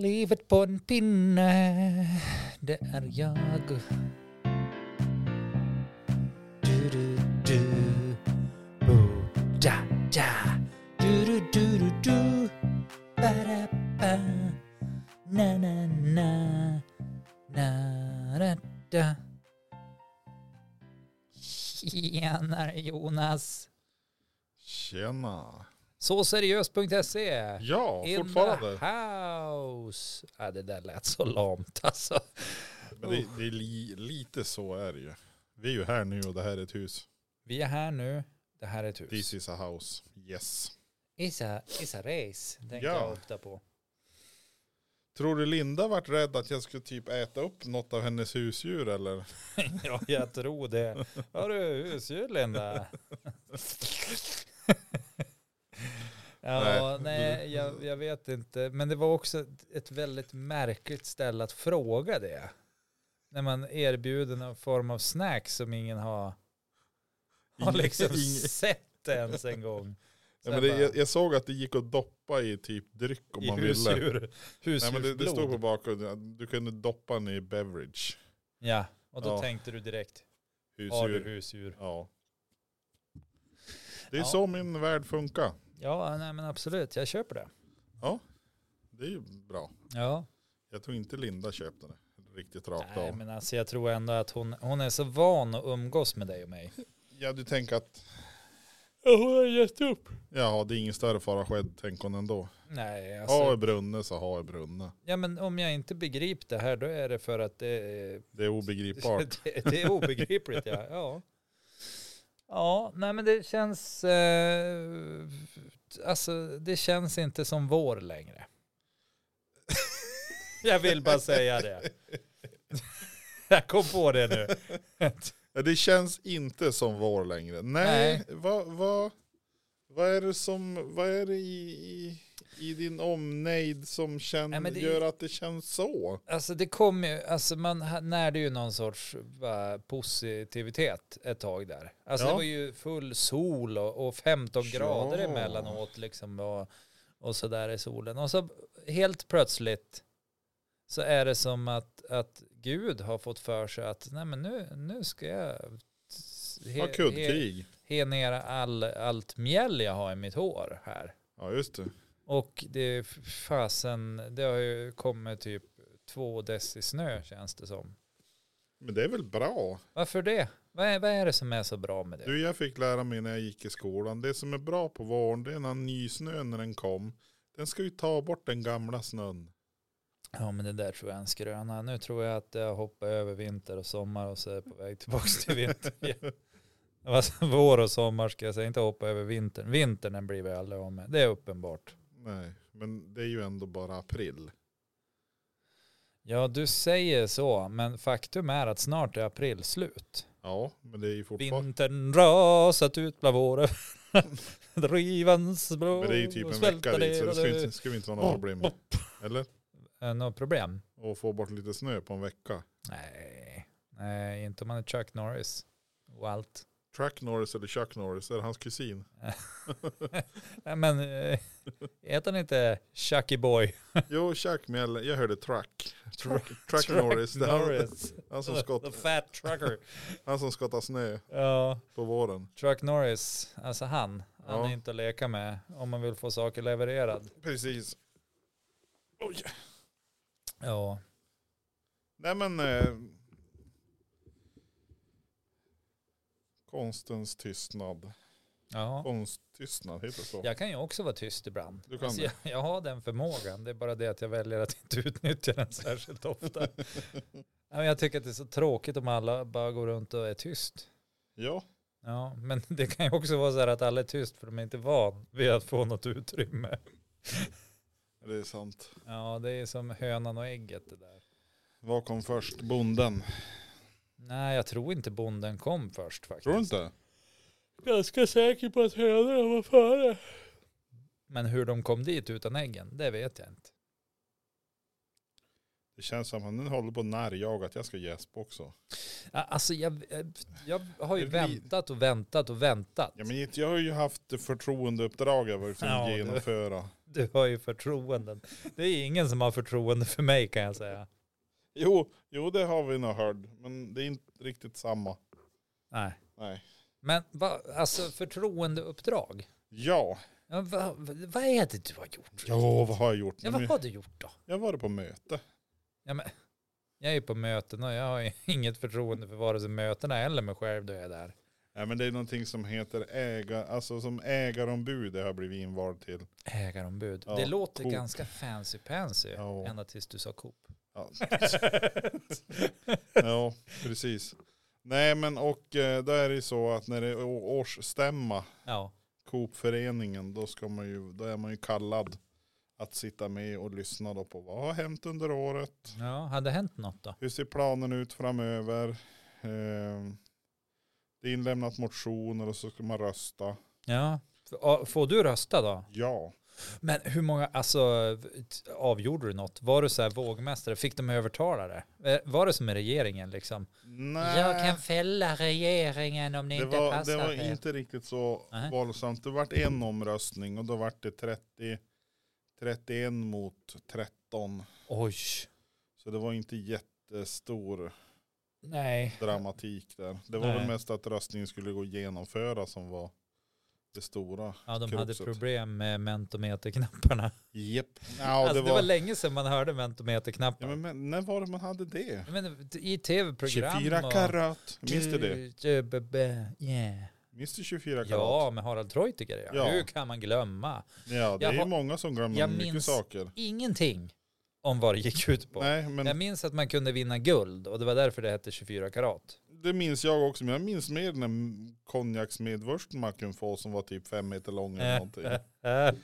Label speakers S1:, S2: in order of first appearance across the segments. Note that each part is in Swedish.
S1: Livet på en pinne, det är jag. Du, du, du. Bo, da, da. Du, du, du, du, du. Ba, da, ba. Na, na, na. Na, da, da. Tjenare Jonas.
S2: Tjena.
S1: Så seriöst.se.
S2: Ja,
S1: In
S2: fortfarande.
S1: the house. Ja, det där lät så lamt alltså.
S2: Men det, det är li, lite så är det ju. Vi är ju här nu och det här är ett hus.
S1: Vi är här nu. Det här är ett hus.
S2: This is a house. Yes.
S1: It's a, it's a race, tänkte
S2: Ja.
S1: jag ofta på.
S2: Tror du Linda vart rädd att jag skulle typ äta upp något av hennes husdjur eller?
S1: ja, jag tror det. Har du husdjur, Linda? ja, nej,
S2: Nej.
S1: jag, jag vet inte. Men det var också ett- ett väldigt märkligt ställe att fråga det. När man erbjuder någon form av snack som ingen har, har liksom
S2: Ingen-
S1: sett ens en gång.
S2: Nej, men det, jag, jag såg att det gick att doppa i typ dryck om
S1: I
S2: man ville.
S1: husdjur,
S2: Nej, men det, det stod på
S1: husdjursblod.
S2: bakgrunden att du kunde doppa den i beverage.
S1: Ja, och då
S2: Ja.
S1: tänkte du direkt, har du
S2: Husdjur.
S1: husdjur?
S2: Ja. Det är
S1: Ja.
S2: så min värld funkar.
S1: Ja, nej men absolut, jag köper det.
S2: Det är ju bra.
S1: Ja.
S2: Jag tror inte Linda köpte det riktigt rakt
S1: Nej,
S2: av.
S1: men alltså jag tror ändå att hon, hon är så van att umgås med dig och mig.
S2: Ja, du tänker att
S1: Ja, hon har gett upp.
S2: ja, det är ingen större fara skedd, tänker hon ändå.
S1: Nej, alltså.
S2: Ha i
S1: Ja.
S2: brunne så ha i brunne.
S1: men om jag inte begriper det här, då är det för att det är,
S2: Det är obegripbart.
S1: det, det är obegripligt. Ja. ja. Ja, nej men det känns, eh, alltså det känns inte som vår längre. Jag vill bara säga det. Jag kom på det nu.
S2: Ja, Det känns inte som vår längre. Nej, vad vad vad är det som, vad är det i, i, i din omnejd som känn,
S1: Nej, men det-
S2: gör att det känns så?
S1: Alltså det kom ju, alltså man ha- närde ju någon sorts va, positivitet ett tag där. Alltså
S2: Ja.
S1: det var ju full sol och, och 15
S2: Ja.
S1: grader emellanåt liksom och, och så där i solen. Och så helt plötsligt så är det som att, att Gud har fått för sig att nej men nu, nu ska jag
S2: Ja,
S1: he, he,
S2: kuddkrig.
S1: he ner all, allt mjäll jag har i mitt hår här.
S2: Ja, just det.
S1: Och det är f- fasen, det har ju kommit typ två deci snö känns det som.
S2: Men det är väl bra.
S1: Varför det? Vad är, vad är det som är så bra med det?
S2: Du, jag fick lära mig när jag gick i skolan. Det som är bra på våren, det är när nysnön när den kom. Den ska ju ta bort den gamla snön.
S1: Ja men det där tror jag är en skröna. Nu tror jag att jag hoppar över vinter och sommar och så är jag på väg tillbaka till vinter igen. Alltså, vår och sommar ska jag säga, inte hoppa över vintern. Vintern den blir vi aldrig av med, det är uppenbart.
S2: Nej, men det är ju ändå bara april.
S1: Ja du säger så, men faktum är att snart är april slut.
S2: Ja, men det är ju fortfarande.
S1: Vintern rasat ut bland våren. Drivans blå
S2: Men det är ju typ en
S1: svälta
S2: vecka dit
S1: ner
S2: så det
S1: och
S2: ska,
S1: dö.
S2: inte, ska vi inte vara några problem. Eller?
S1: Eh, Något problem?
S2: Och få bort lite snö på en vecka.
S1: Nej. Nej, inte om man är Chuck Norris. Och allt.
S2: Track Norris eller Chuck Norris, är det hans kusin?
S1: Nej, Men eh, heter han inte Chucky Boy?
S2: Jo, Chuck Mjell, jag hörde Track. Track, track Norris, det är han,
S1: Norris.
S2: han, som
S1: The
S2: skott,
S1: fat trucker.
S2: han som skottar snö
S1: Ja,
S2: på våren.
S1: Chuck Norris, alltså han. Han
S2: Ja.
S1: är inte att leka med om man vill få saker levererad.
S2: Precis.
S1: Ja.
S2: Nej men... Eh, konstens tystnad.
S1: ja.
S2: Konsttystnad, heter det så?
S1: Jag kan ju också vara tyst ibland.
S2: Du kan
S1: alltså, jag,
S2: det.
S1: jag har den förmågan. Det är bara det att jag väljer att inte utnyttja den särskilt ofta. Ja, men jag tycker att det är så tråkigt om alla bara går runt och är tyst.
S2: Ja,
S1: Ja, men det kan ju också vara så här att alla är tyst för de är inte van vid att få något utrymme.
S2: det är sant.
S1: Ja, det är som hönan och ägget det där.
S2: Vad kom först? Bonden.
S1: Nej, jag tror inte bonden kom först faktiskt.
S2: Tror du inte?
S1: Ganska säker på att hönorna var före. Men hur de kom dit utan äggen, det vet jag inte.
S2: Det känns som att han håller på att närjaga att jag ska gäspa också.
S1: Ja, Alltså jag, jag har ju
S2: Det blir-
S1: väntat och väntat och väntat.
S2: Ja, men inte- jag har ju haft förtroendeuppdrag jag varit
S1: Ja,
S2: ja,
S1: det-
S2: genomföra.
S1: Du har ju förtroenden. Det är ingen som har förtroende för mig kan jag säga.
S2: Jo, jo det har vi nog hört. Men det är inte riktigt samma.
S1: Nej.
S2: Nej.
S1: Men va, alltså förtroendeuppdrag.
S2: Ja.
S1: Ja, va, va, vad är det du har gjort?
S2: Jo, vad har jag gjort?
S1: Ja,
S2: Nej,
S1: vad
S2: men
S1: har du gjort då?
S2: Jag har varit på möte.
S1: Jag är ju på möten och jag har ju inget förtroende för vare sig mötena eller mig själv då jag är där.
S2: Nej, men det är någonting som heter äga, alltså som ägarombud har jag blivit invald till.
S1: Ägarombud.
S2: Ja,
S1: det låter
S2: Coop.
S1: ganska fancy pansy.
S2: Ja.
S1: Ända tills du sa Coop.
S2: Ja,
S1: Alltså.
S2: ja precis. Nej, men och eh, då är det ju så att när det är å- årsstämma,
S1: ja.
S2: Coopföreningen, då, ska man ju, då är man ju kallad att sitta med och lyssna då på vad har hänt under året.
S1: ja, hade hänt något då?
S2: Hur ser planen ut framöver? Eh, det är inlämnat motioner och så ska man rösta.
S1: Ja. F- a- Får du rösta då?
S2: Ja.
S1: Men hur många, alltså t- avgjorde du något? Var du så här vågmästare? Fick de övertala det? Eh, Var det som i regeringen liksom?
S2: Nej.
S1: fälla regeringen om ni
S2: det var, det var inte riktigt så
S1: Nej.
S2: våldsamt. Det vart en omröstning och då vart det 30, 31 mot 13.
S1: Oj,
S2: Så det var inte jättestor
S1: nej.
S2: dramatik där. Det var
S1: Nej.
S2: väl mest att röstningen skulle gå att genomföra som var det stora.
S1: Ja, de hade
S2: Kruxet.
S1: problem med mentometerknapparna.
S2: Japp. Ja,
S1: Alltså,
S2: det var,
S1: länge sedan man hörde mentometerknappar.
S2: ja, men, men när var det man hade det?
S1: men, I tv-program
S2: 24
S1: och-
S2: karat. Minns du det?
S1: Du- du- bu- Yeah.
S2: Minns du 24 karat?
S1: Ja, med Harald Treutiger. Ja.
S2: Ja.
S1: Hur kan man glömma?
S2: Ja, det
S1: Jag
S2: är ju
S1: har-
S2: många som glömmer
S1: jag
S2: mycket
S1: minns
S2: saker.
S1: Ingenting om vad det gick ut på.
S2: Nej, men
S1: Jag minns att man kunde vinna guld och det var därför det hette 24 karat.
S2: det minns jag också. Men jag minns mer när konjaksmedvursten man kunde få som var typ fem meter lång eller någonting.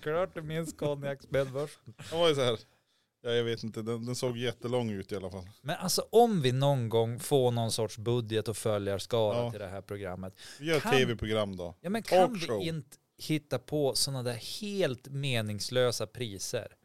S1: Klart du minns konjaksbäddbörsen.
S2: Den var ju så här, ja jag vet inte, den, den såg jättelång ut i alla fall.
S1: Men alltså om vi någon gång får någon sorts budget och följarskara
S2: Ja.
S1: till det här programmet.
S2: Vi gör
S1: Kan-
S2: ett tv-program då.
S1: Ja men kan
S2: Talkshow.
S1: vi inte hitta på sådana där helt meningslösa priser?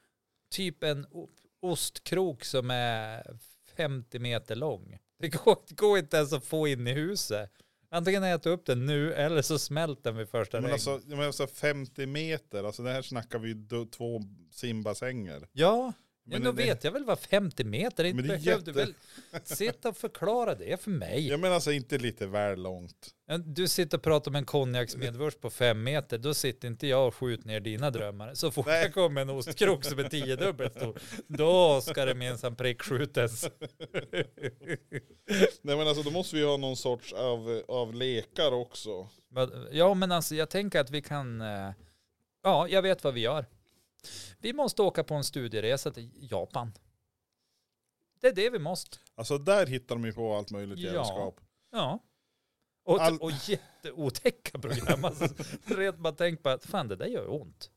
S1: Typ en o- ostkrok som är 50 meter lång. Det går, det går inte ens att få in i huset. Antingen äta upp den nu eller så smälter den vid första
S2: Men
S1: regn.
S2: alltså, jag menar så 50 meter, alltså det här snackar vi ju då- två simbassänger.
S1: ja, men
S2: Men
S1: då
S2: det-
S1: vet jag väl vad 50 meter är. Inte
S2: Men det är
S1: behöver du väl
S2: jätte-
S1: sitta och förklara det för mig.
S2: Jag menar alltså inte lite väl långt.
S1: Men Du sitter och pratar om en konjaksmedvurst på fem meter, då sitter inte jag och skjuter ner dina drömmar. Så fort
S2: Nej.
S1: det kommer en ostkrok som är tiodubbelt stor, då ska det minsann prickskjutas.
S2: Nej men alltså då måste vi ha någon sorts av, av lekar också.
S1: Men- Ja, men alltså jag tänker att vi kan, eh, ja, jag vet vad vi gör. Vi måste åka på en studieresa till Japan. Det är det vi måste.
S2: Alltså där hittar de ju på allt möjligt
S1: Ja.
S2: jävelskap.
S1: Ja. Och,
S2: All-
S1: och jätteotäcka program. Alltså, rent bara tänk på att fan det där gör ju ont.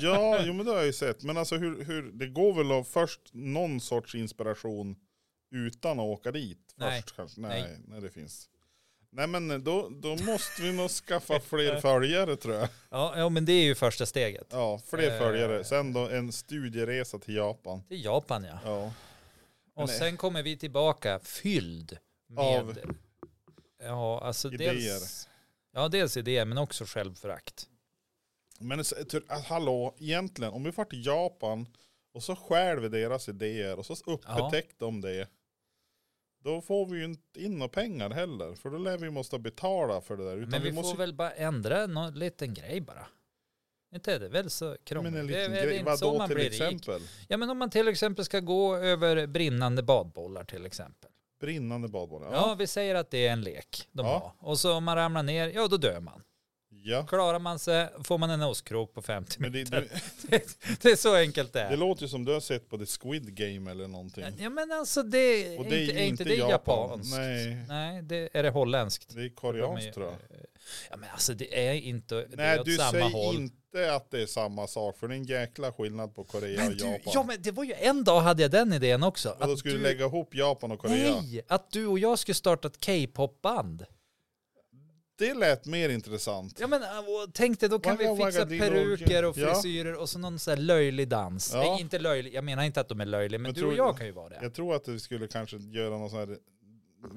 S2: Ja, jo men det har jag ju sett. Men alltså hur, hur, det går väl att först någon sorts inspiration utan att åka dit först
S1: Nej.
S2: kanske?
S1: Nej.
S2: Nej, nej. det finns. Nej men då, då måste vi nog skaffa fler följare tror jag.
S1: Ja, ja, men det är ju första steget.
S2: Ja, fler
S1: Eh.
S2: följare. Sen då en studieresa till Japan.
S1: Till Japan ja.
S2: Ja.
S1: Och
S2: Nej.
S1: sen kommer vi tillbaka fylld med
S2: Av
S1: ja, alltså
S2: idéer.
S1: Dels, ja, dels idéer men också självförakt.
S2: Men s- tur- ah, hallå, egentligen om vi far till Japan och så stjäl vi deras idéer och så upptäckte de det. Då får vi ju inte in några pengar heller. För då lär vi måste betala för det där. Utan
S1: men vi,
S2: vi måste
S1: får väl bara ändra någon liten grej bara. Inte är det väl så krångligt?
S2: Men en
S1: det är
S2: liten
S1: väl
S2: grej,
S1: inte så
S2: vadå
S1: man
S2: till
S1: blir rik.
S2: exempel?
S1: Ja men om man till exempel ska gå över brinnande badbollar till exempel.
S2: Brinnande badbollar.
S1: Ja,
S2: Ja.
S1: vi säger att det är en lek de
S2: Ja.
S1: har. Och så om man ramlar ner, ja då dör man.
S2: ja.
S1: Klarar man sig får man en ostkrok på 50
S2: Men
S1: meter.
S2: det, det,
S1: Det, det är så enkelt det är.
S2: det låter ju som du har sett på The Squid Game eller någonting.
S1: Ja men alltså det,
S2: Och det är
S1: inte,
S2: ju
S1: är inte
S2: inte
S1: det
S2: Japan.
S1: japanskt?
S2: Nej.
S1: Nej, det, är det holländskt?
S2: Det är
S1: De är-
S2: koreanskt tror jag.
S1: Ja men alltså det är inte, det
S2: Nej
S1: är åt
S2: du
S1: samma
S2: säger
S1: håll.
S2: inte att det är samma sak. För det är en jäkla skillnad på Korea
S1: men
S2: och
S1: du,
S2: Japan.
S1: ja men det var ju en dag hade jag den idén också.
S2: och då skulle du lägga ihop Japan och Korea.
S1: Nej, att du och jag skulle starta ett K-pop-band.
S2: Det lät mer intressant.
S1: Ja men äh, och tänk dig, då kan
S2: Wagga,
S1: vi
S2: wagga,
S1: fixa
S2: dildo,
S1: peruker och
S2: ja.
S1: frisyrer och så någon sån här löjlig dans.
S2: Ja.
S1: Nej, inte löjlig, jag menar inte att de är löjliga, men
S2: Jag
S1: du
S2: tror-
S1: och jag kan ju vara det.
S2: Jag tror att vi skulle kanske göra någon sån här, det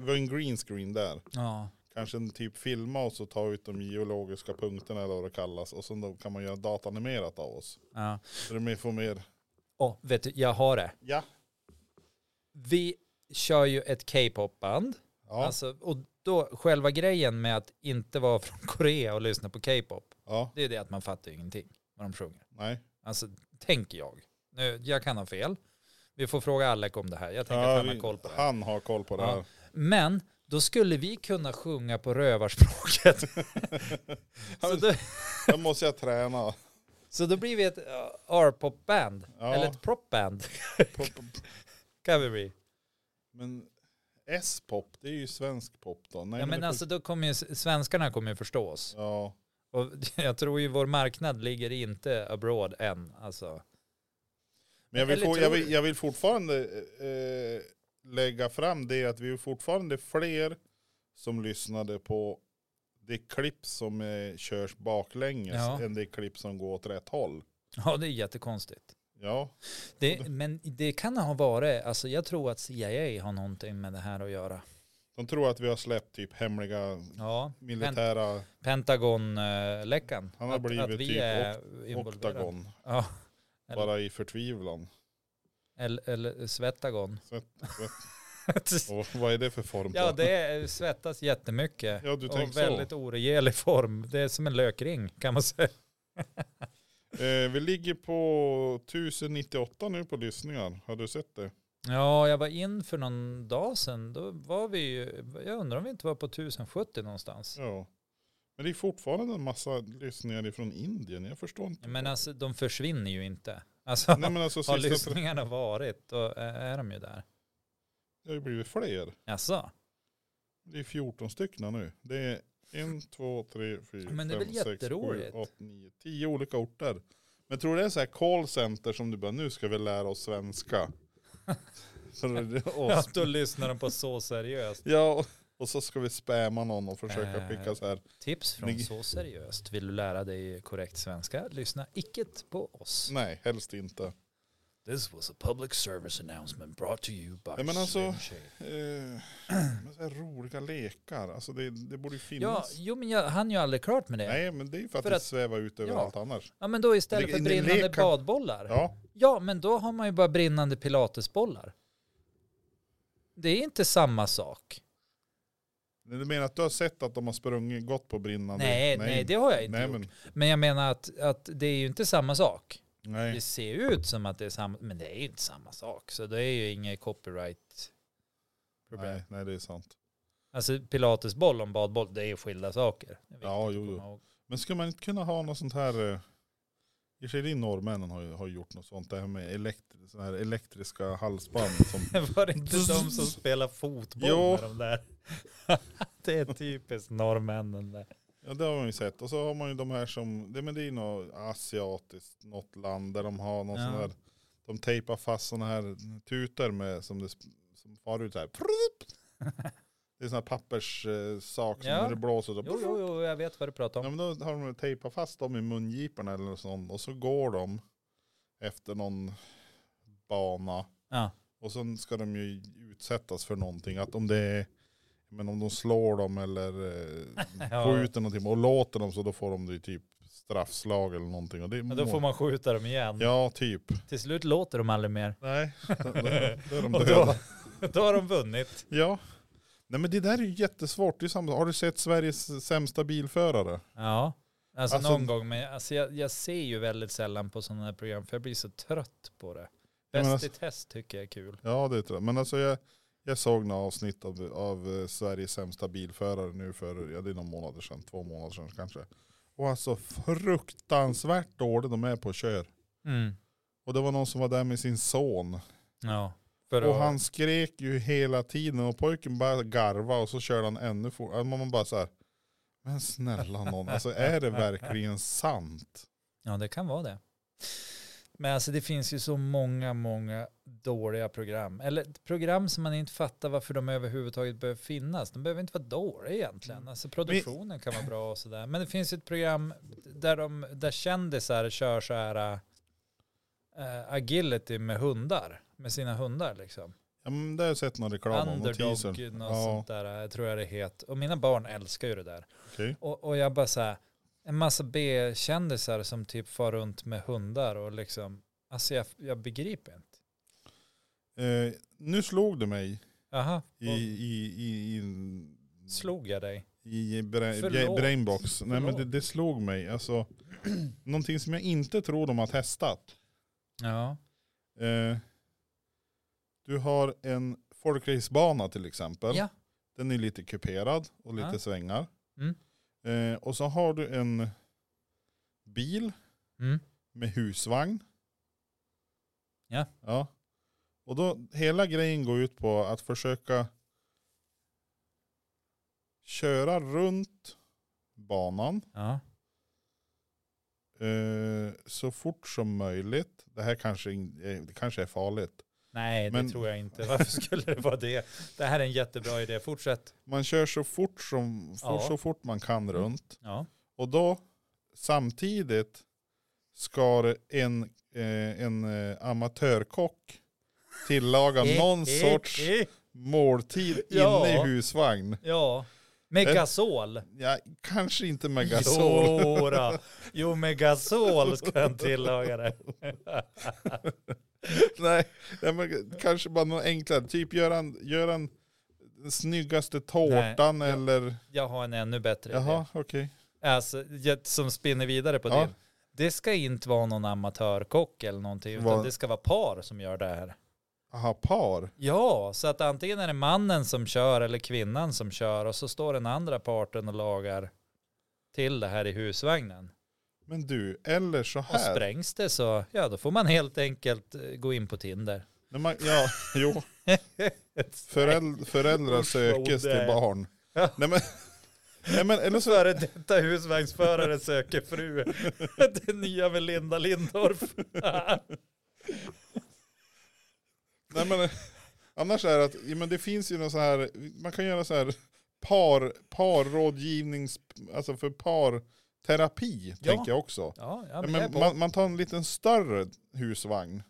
S2: var en green screen där.
S1: Ja.
S2: kanske en typ filma oss och ta ut de geologiska punkterna eller vad det kallas. Och sen då kan man göra datanimerat av oss.
S1: Ja.
S2: Så det mer- får mer,
S1: Åh, vet du, jag har det.
S2: ja.
S1: Vi kör ju ett K-pop-band.
S2: Ja,
S1: Alltså, och då, själva grejen med att inte vara från Korea och lyssna på K-pop,
S2: ja,
S1: det är det att man fattar ingenting vad de sjunger.
S2: nej.
S1: Alltså, tänker jag. Nu, jag kan ha fel. Vi får fråga Alec om det här. Jag tänker att han har
S2: vi-
S1: koll på det. här.
S2: han har koll på det
S1: Ja.
S2: här.
S1: Men då skulle vi kunna sjunga på rövarspråket. så, då,
S2: Då måste jag träna.
S1: så då blir vi ett uh, R-pop-band.
S2: Ja.
S1: Eller ett prop-band.
S2: Pop- pop-
S1: kan vi bli.
S2: Men S-pop, det är ju svensk pop då. Nej,
S1: Ja, men
S2: det-
S1: alltså, då kommer ju, s- svenskarna kommer ju förstå oss.
S2: Ja,
S1: Och jag tror ju vår marknad ligger inte abroad än. Alltså.
S2: men jag vill,
S1: Eller
S2: få,
S1: tror
S2: jag vill,
S1: du?
S2: jag vill fortfarande eh, lägga fram det att vi är fortfarande fler som lyssnade på det klipp som eh, körs baklänges
S1: Ja.
S2: än det klipp som går åt rätt håll.
S1: Ja, det är jättekonstigt.
S2: Ja,
S1: Det, men det kan ha varit, alltså jag tror att CIA har någonting med det här att göra.
S2: de tror att vi har släppt typ hemliga
S1: Ja, eh, Pent
S2: militära
S1: Pentagon-läckan.
S2: Han har blivit typ
S1: involverade.
S2: oktagon.
S1: Ja, Eller-
S2: Bara i förtvivlan.
S1: eller, eller svettagon.
S2: Svett- Och vad är det för form?
S1: ja,
S2: då?
S1: det är, svettas jättemycket.
S2: ja du
S1: Och
S2: tänker så.
S1: väldigt oregelig form. Det är som en lökring kan man säga.
S2: Eh, vi ligger på 1098 nu på lyssningar. Har du sett det?
S1: Ja, jag var in för någon dag sedan. Då var vi ju, jag undrar om vi inte var på 1070 någonstans.
S2: Ja. Men det är fortfarande en massa lyssningar ifrån Indien. Jag förstår inte.
S1: Men alltså de försvinner ju inte. Alltså
S2: Nej men alltså
S1: har
S2: sista tre,
S1: lyssningarna varit då är de ju där.
S2: det har ju blivit fler.
S1: Alltså,
S2: Det är 14 stycken nu. Det är en, två, tre, fyra,
S1: Men det är
S2: fem,
S1: väl
S2: sex, sju,
S1: jätteroligt.
S2: åtta, nio, tio olika orter. Men tror du det är så här callcenter som du bara, nu ska vi lära oss svenska. så det, och,
S1: ja, då lyssnar de på så seriöst.
S2: ja, och- och så ska vi spamma någon och försöka
S1: Eh,
S2: skicka så här.
S1: Tips från
S2: Ni-
S1: Så seriöst. Vill du lära dig korrekt svenska? Lyssna icke på oss.
S2: Nej, helst inte.
S1: This was a public service announcement brought to you by
S2: Nej, men alltså-
S1: Slim Shady.
S2: Eh, men så här roliga lekar, alltså det, det borde ju
S1: Ja,
S2: finnas.
S1: jo men jag han ju aldrig klart med det.
S2: Nej, men det är ju för att,
S1: För
S2: det
S1: att-
S2: svävar ut över
S1: Ja.
S2: allt annars.
S1: Ja men då istället
S2: Det-
S1: för
S2: det-
S1: brinnande
S2: lek kan-
S1: badbollar. Ja.
S2: Ja,
S1: men då har man ju bara brinnande pilatesbollar. Det är inte samma sak.
S2: men du menar att du har sett att de har sprungit, gått på brinnande?
S1: Nej, nej, det har jag inte
S2: nej,
S1: gjort. Men...
S2: men,
S1: jag menar att, att det är ju inte samma sak.
S2: nej.
S1: Det ser ut som att det är samma, men det är ju inte samma sak. Så det är ju inget copyright problem.
S2: nej, nej, det är sant.
S1: Alltså pilatesboll och badboll, det är ju skilda saker. Det är viktigt
S2: Ja,
S1: att
S2: jo, jo.
S1: komma ihåg.
S2: Men skulle man inte kunna ha något sånt här, eh, i och för sig norrmännen har, ju- har gjort något sånt, det här med elektri, såna här elektriska halsband som
S1: Var det inte de som spelar fotboll
S2: Jo.
S1: med de där? det är typiskt norrmännen där.
S2: Ja det har man ju sett. Och så har man ju de här som, det, men det är ju något asiatiskt, något land där de har någon
S1: Ja.
S2: sån här, de tejpar fast sådana här tutor med, som, det, sp- som far ut så här. Det är sån här papperssak som
S1: Ja.
S2: när det blåser så.
S1: Jo, jo, jo, jag vet vad du pratar
S2: Ja,
S1: om.
S2: men då har de tejpat fast dem i mungiporna eller något sånt och så går de efter någon bana.
S1: Ja.
S2: Och sen ska de ju utsättas för någonting. Att om det är, men om de slår dem eller eh,
S1: Ja.
S2: skjuter någonting och låter dem så då får de det i typ straffslag eller någonting. Och det
S1: Men då får man skjuta dem igen.
S2: Ja, typ.
S1: Till slut låter de aldrig mer.
S2: Nej, då, då, då är de
S1: Och
S2: döda.
S1: då, då har de vunnit.
S2: Ja. Nej men det där är ju jättesvårt. Det är samma, har du sett Sveriges sämsta bilförare?
S1: Ja, alltså,
S2: Alltså-
S1: någon gång. Men alltså, jag, jag ser ju väldigt sällan på sådana här program för jag blir så trött på det.
S2: Ja, men
S1: Bäst
S2: alltså-
S1: i test tycker jag är kul.
S2: Ja det tror jag. Men alltså jag, jag såg några avsnitt av, av eh, Sveriges sämsta bilförare nu för, ja det är några månader sedan, två månader sedan kanske. Och alltså fruktansvärt dåligt de är på att köra.
S1: Mm.
S2: Och det var någon som var där med sin son.
S1: Ja. För
S2: Och
S1: att-
S2: han skrek ju hela tiden och pojken bara garva och så körde han ännu fort. Alltså man bara så här. Men snälla någon, alltså är det verkligen sant?
S1: Ja, det kan vara det. Men alltså det finns ju så många, många dåliga program. Eller program som man inte fattar varför de överhuvudtaget behöver finnas. De behöver inte vara dåliga egentligen. Alltså produktionen kan vara bra och sådär. Men det finns ju ett program där, de, där kändisar kör så här äh, agility med hundar. Med sina hundar liksom.
S2: Ja, men det har jag sett någon reklam om. och teasern.
S1: Underdog, något sånt där eh, tror jag det heter. Och mina barn älskar ju det där.
S2: Okej.
S1: Och, och jag bara så här, en massa B-kändisar som typ far runt med hundar och liksom, alltså jag, jag begriper inte.
S2: Eh, nu slog du mig
S1: Jaha,
S2: i,
S1: och
S2: i, i, i,
S1: slog jag dig?
S2: i bra,
S1: Förlåt.
S2: brainbox. Nej men
S1: Förlåt.
S2: det, det slog mig. Alltså, någonting som jag inte tror de har testat.
S1: Ja.
S2: Eh, du har en folkracebana till exempel.
S1: Ja.
S2: Den är lite kuperad och lite
S1: Ja.
S2: svängar.
S1: Mm.
S2: Eh, och så har du en bil
S1: Mm.
S2: med husvagn.
S1: Ja.
S2: ja. Och då hela grejen går ut på att försöka köra runt banan
S1: Ja.
S2: eh, så fort som möjligt. Det här kanske, in- eh, det kanske är farligt.
S1: Nej,
S2: Men-
S1: det tror jag inte. Varför skulle det vara det? Det här är en jättebra idé. Fortsätt.
S2: Man kör så fort, som,
S1: Ja. Mm.
S2: så fort man kan runt.
S1: Ja.
S2: Och då samtidigt skar en, eh, en eh, amatörkock tillaga
S1: Eh,
S2: någon sorts måltid
S1: Ja.
S2: inne i husvagn.
S1: eh, Ja. Med gasol.
S2: Ja, kanske inte med gasol.
S1: Jo, då. jo med gasol ska han tillaga det.
S2: Nej, nej, men kanske bara något enklare. Typ gör han, gör han den snyggaste tårtan
S1: Nej, ja.
S2: eller...
S1: Jag har en ännu bättre idé.
S2: Jaha, okej.
S1: Alltså, jag- som spinner vidare på
S2: Ja.
S1: det. Det ska inte vara någon amatörkock eller någonting, utan
S2: Vad-
S1: det ska vara par som gör det här.
S2: Aha, par.
S1: Ja, så att antingen är det mannen som kör eller kvinnan som kör och så står den andra parten och lagar till det här i husvagnen.
S2: Men du, eller så
S1: Och
S2: här.
S1: sprängs det så, ja då får man helt enkelt eh, gå in på Tinder.
S2: När man, ja, jo. Föräld, föräldrar
S1: Usch, vad
S2: sökes till
S1: odärt.
S2: barn. Nej men, nej, men eller så
S1: Före detta husvagnsförare söker fru. Det nya med Linda Lindorff.
S2: Nej men annars är det att, ja, men det finns ju någon så här, man kan göra så här par, parrådgivnings, alltså för parterapi
S1: Ja.
S2: tänker jag också.
S1: Ja, ja
S2: Ja,
S1: men jag är
S2: men
S1: på.
S2: man, man tar en liten större husvagn.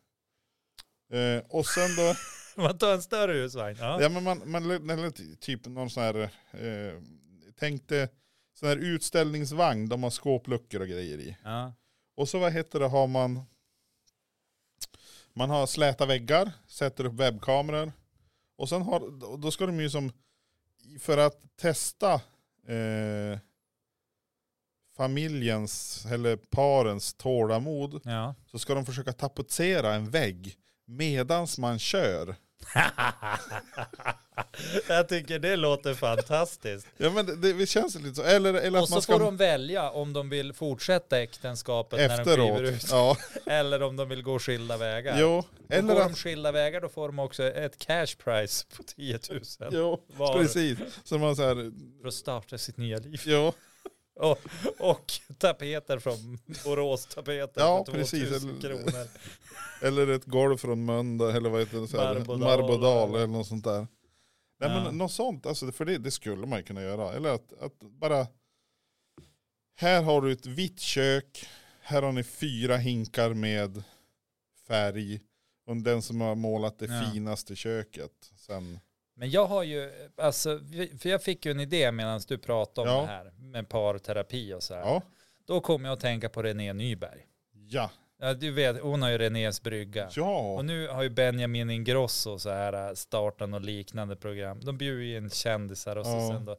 S2: Eh, och sen då,
S1: man tar en större husvagn. Ja.
S2: ja men man, man eller ty- typ någon sån här, eh, tänkte sån här utställningsvagn, de har skåpluckor och grejer i.
S1: Ja.
S2: Och så vad heter det, har man Man har släta väggar, sätter upp webbkameror. Och sen har, och då ska de ju som För att testa eh, Familjens eller parens tålamod
S1: Ja.
S2: så ska de försöka tapetsera en vägg medans man kör.
S1: jag tycker det låter fantastiskt.
S2: Ja men det, det känns lite så. Eller, eller
S1: Och
S2: att
S1: så
S2: man
S1: får
S2: ska
S1: de välja om de vill fortsätta äktenskapet när de kliver
S2: efteråt.
S1: ut.
S2: Ja,
S1: Eller om de vill gå skilda vägar.
S2: jo.
S1: Eller
S2: Eller
S1: går de
S2: att,
S1: skilda vägar då får de också ett cash prize på 10 000.
S2: jo,
S1: Var
S2: precis. Så man så här,
S1: för att starta sitt nya liv.
S2: jo.
S1: Och, och tapeter från Borås tapeter
S2: Ja,
S1: för 2000
S2: precis.
S1: kronor.
S2: Eller ett golv från Mölndal, eller vad heter det? Så här,
S1: Marbodal.
S2: Marbodal eller något sånt där. Nej
S1: Ja.
S2: men något sånt, alltså, för det, det skulle man ju kunna göra. Eller att, att bara, här har du ett vitt kök, här har ni fyra hinkar med färg. Och den som har målat det
S1: Ja.
S2: finaste köket. Sen,
S1: Men jag har ju, alltså, vi- för jag fick ju en idé medan du pratade om
S2: Ja.
S1: det här med parterapi och så här.
S2: ja,
S1: Då kom jag att tänka på René Nyberg.
S2: ja,
S1: Ja, du vet, hon har ju Renés brygga.
S2: ja.
S1: Och nu har ju Benjamin Ingrosso så här startat och liknande program. De bjuder in kändisar och så
S2: Ja.
S1: sen då,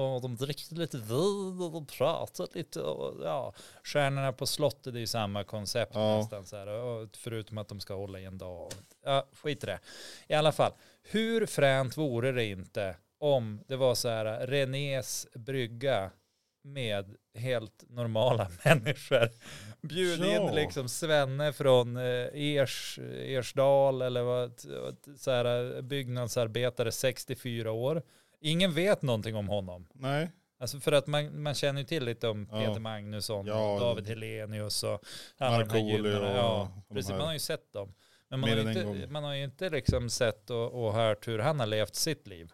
S1: och de dricker lite vin och de pratar lite och ja, Stjärnorna på slottet är ju samma koncept
S2: Ja.
S1: nästan så här, och förutom att de ska hålla i en dag. Ja, skit i det. I alla fall, hur fränt vore det inte om det var så här Renés brygga med helt normala människor. Bjud
S2: Ja.
S1: in liksom Svenne från eh, Ers, Ersdal eller vad, vad- så här, byggnadsarbetare 64 år. Ingen vet någonting om honom.
S2: Nej,
S1: Alltså för att man, man känner ju till lite om
S2: Ja.
S1: Peter Magnusson,
S2: Ja.
S1: och David Helenius och alla de här
S2: Markoolio
S1: gynnarna.
S2: och
S1: Ja,
S2: de
S1: precis,
S2: här.
S1: man har ju sett dem. Men man
S2: Mer
S1: har, ju
S2: än en
S1: inte,
S2: gång.
S1: man har ju inte liksom sett och, och hört hur han har levt sitt liv.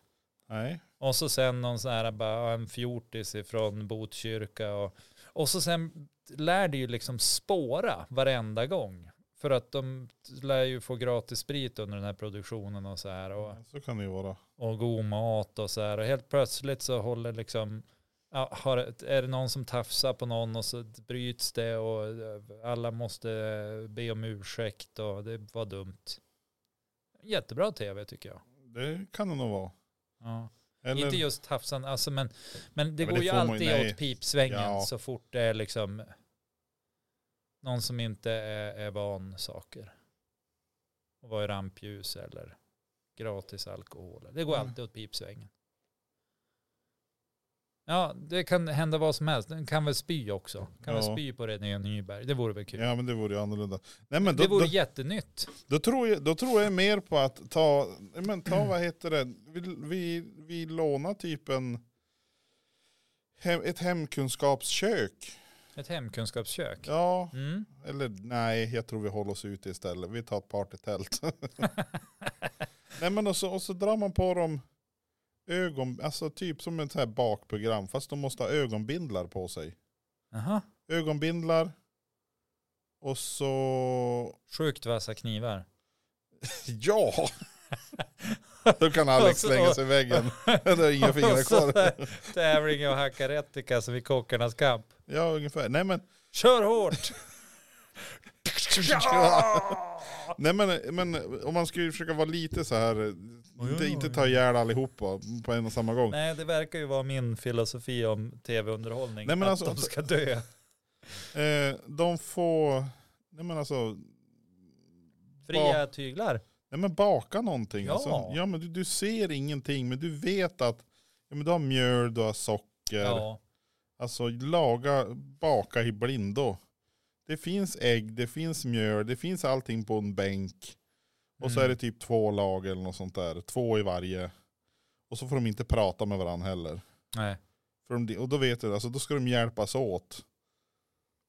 S2: nej.
S1: Och så sen någon sån här bara en fjortis ifrån Botkyrka. Och, och så sen lär det ju liksom spåra varenda gång. För att de lär ju få gratis sprit under den här produktionen och så här. Och,
S2: Så kan det ju vara.
S1: och god mat och så här. Och helt plötsligt så håller liksom, ja, har, är det någon som tafsar på någon och så bryts det och eh, alla måste eh, be om ursäkt och det var dumt. Jättebra tv tycker jag.
S2: Det kan det nog vara.
S1: Ja.
S2: Eller,
S1: Inte just tafsan, alltså men, men det
S2: Ja, men
S1: går
S2: det
S1: ju
S2: får man ju-
S1: alltid
S2: nej.
S1: åt pipsvängen
S2: Ja.
S1: så fort det är liksom någon som inte är, är van saker. Och vad är rampljus eller gratis alkohol. Det går
S2: Mm.
S1: alltid åt pipsvängen. Ja, det kan hända vad som helst. Den kan väl spy också. Kan väl
S2: Ja.
S1: spy på René Nyberg. Det vore väl kul.
S2: ja men det vore ju annorlunda. Nej men då,
S1: det vore
S2: då,
S1: jättenytt.
S2: då, tror jag, då tror jag mer på att ta, nej, men ta vad heter det, vi, vi, vi lånar typ en, hem, ett hemkunskapskök.
S1: Ett hemkunskapskök.
S2: Ja,
S1: Mm.
S2: eller nej, jag tror vi håller oss ute istället. Vi tar ett partytält. nej men och så, och så drar man på dem ögon, alltså typ som ett så här bakprogram, fast de måste ha ögonbindlar på sig.
S1: Jaha.
S2: ögonbindlar. Och så,
S1: Sjukt vassa knivar.
S2: ja! Då kan Alex slänga sig i väggen. Då har inga fingrar
S1: Och så
S2: kvar.
S1: där, Tävling och hacka rättika som i kockarnas kamp.
S2: Ja, ungefär. Nej men,
S1: Kör hårt!
S2: nej, men, men om man skulle försöka vara lite så här,
S1: ja,
S2: inte, inte
S1: ja.
S2: ta ihjäl allihopa på en och samma gång.
S1: Nej, det verkar ju vara min filosofi om tv-underhållning.
S2: Nej, men
S1: att
S2: alltså-
S1: de ska dö.
S2: Eh, de får, nej men alltså,
S1: Fria tyglar.
S2: nej men baka någonting.
S1: Ja.
S2: Alltså, ja men du, du ser ingenting, men du vet att ja, men du har mjöl, du har socker.
S1: Ja.
S2: Alltså laga, baka i blindo. Det finns ägg, det finns mjöl, det finns allting på en bänk. Och så
S1: Mm.
S2: är det typ två lag eller något sånt där. Två i varje. Och så får de inte prata med varandra heller.
S1: Nej.
S2: För de, och då vet du, alltså då ska de hjälpas åt.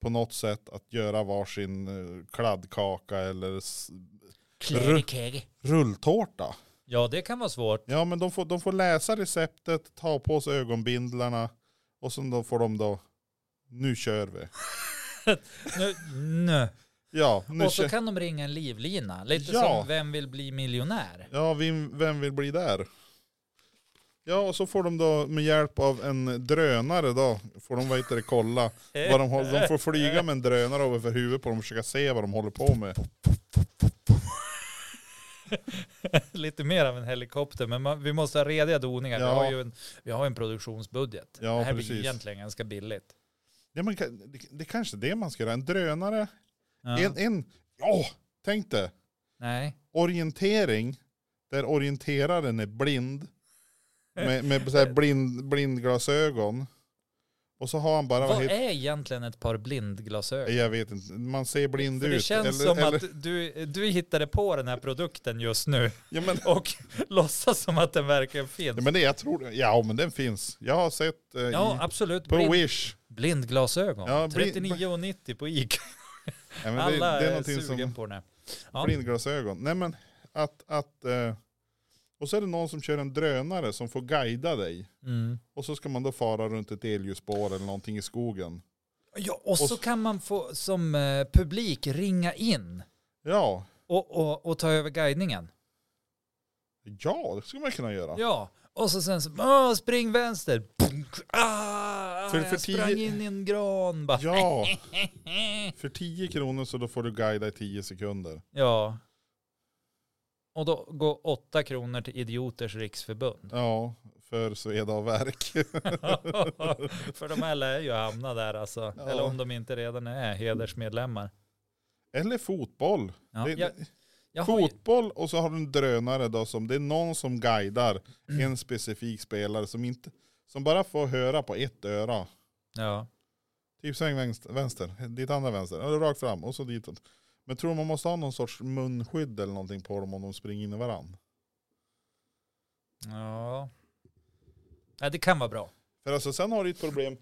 S2: På något sätt att göra varsin eh, kladdkaka eller s- rulltårta.
S1: Ja, det kan vara svårt.
S2: Ja men de får, de får läsa receptet, ta på sig ögonbindlarna. Och sen då får de då, nu kör vi.
S1: Nu, nu.
S2: Ja, nu
S1: Och så
S2: kör
S1: kan de ringa en livlina. Lite
S2: Ja.
S1: som Vem vill bli miljonär?
S2: Ja, vem, vem vill bli där? Ja, och så får de då med hjälp av en drönare då, får de vad heter det, kolla. Vad de, håller, de får flyga med en drönare över huvudet på dem och försöka se vad de håller på med.
S1: Lite mer av en helikopter, men man, vi måste ha rediga doningar.
S2: Ja.
S1: Vi, har ju en, vi har ju en produktionsbudget.
S2: Ja,
S1: det här blir
S2: precis.
S1: ju egentligen ganska billigt.
S2: Det, man, kan- det, det är kanske är det man ska göra, en drönare.
S1: Ja.
S2: En, en, ja, tänk det.
S1: Nej.
S2: Orientering, där orienteraren är blind. Med, med så här blind, blindglasögon. Och så har han bara, vad
S1: Vad
S2: heter,
S1: är egentligen ett par blindglasögon?
S2: jag vet inte, man ser blind
S1: För
S2: ut.
S1: det känns
S2: eller,
S1: som
S2: eller,
S1: att du, du hittade på den här produkten just nu
S2: ja, men,
S1: och låtsas som att den verkligen finns.
S2: Ja
S1: Ja,
S2: men det, jag tror, ja men den finns. Jag har sett eh, i,
S1: absolut.
S2: på
S1: Blind,
S2: Wish.
S1: blindglasögon.
S2: Ja, blind-
S1: 39,90 på ICA.
S2: Ja, men det,
S1: Alla
S2: det är
S1: är,
S2: någonting
S1: sugen
S2: som,
S1: på den här. Ja.
S2: blindglasögon. Nej men att, att eh, och så är det någon som kör en drönare som får guida dig.
S1: Mm.
S2: Och så ska man då fara runt ett elljusspår eller någonting i skogen.
S1: Ja, och så
S2: Och-
S1: kan man få som eh, publik ringa in
S2: Ja,
S1: och, och, och ta över guidningen.
S2: ja det skulle man kunna göra.
S1: Ja, och så sen så, "Åh, spring vänster. Boom. Ah,
S2: För- för
S1: jag sprang
S2: tio-
S1: in i en gran. Bara. "Eh."
S2: Ja, för 10 kronor så då får du guida i 10 sekunder.
S1: Ja. Och då går 8 kronor till Idioters riksförbund.
S2: Ja, för sveda och värk.
S1: För de här lär ju hamna där alltså.
S2: Ja.
S1: Eller om de inte redan är hedersmedlemmar.
S2: Eller fotboll.
S1: Ja,
S2: det,
S1: jag, jag har ju,
S2: Fotboll och så har du en drönare då som det är någon som guidar
S1: Mm.
S2: en specifik spelare som inte som bara får höra på ett öra.
S1: ja.
S2: Typ sväng vänster, vänster ditt andra vänster, eller rakt fram och så ditåt. Men tror du man måste ha någon sorts munskydd eller någonting på dem om de springer in i varann?
S1: ja. Ja, det kan vara bra.
S2: För alltså sen har du ett problem,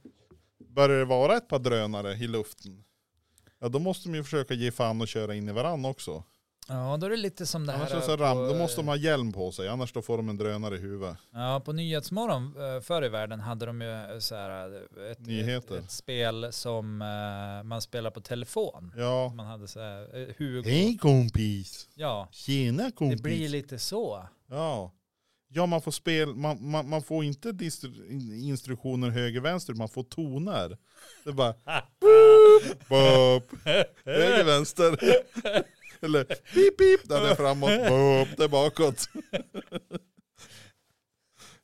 S2: börjar det vara ett par drönare i luften, ja då måste de ju försöka ge fan och köra in i varann också.
S1: Ja, då är det lite som det här.
S2: Annars är det så
S1: på,
S2: ram, då måste de
S1: eh,
S2: ha hjälm på sig, annars då får de en drönare i huvudet.
S1: Ja, på Nyhetsmorgon eh, förr i världen hade de ju eh, så här eh, ett, ett,
S2: Nyheter.
S1: ett spel som eh, man spelar på telefon.
S2: Ja.
S1: Man hade så här, eh, Hugo.
S2: kompis!
S1: Ja,
S2: Tjena
S1: det blir lite så.
S2: Ja. Ja, man får spel, man, man, man får inte distru- in- instruktioner höger-vänster, man får toner. Det är bara boop, boop, höger-vänster. Eller pip, pip, där det är framåt, boop, det är bakåt.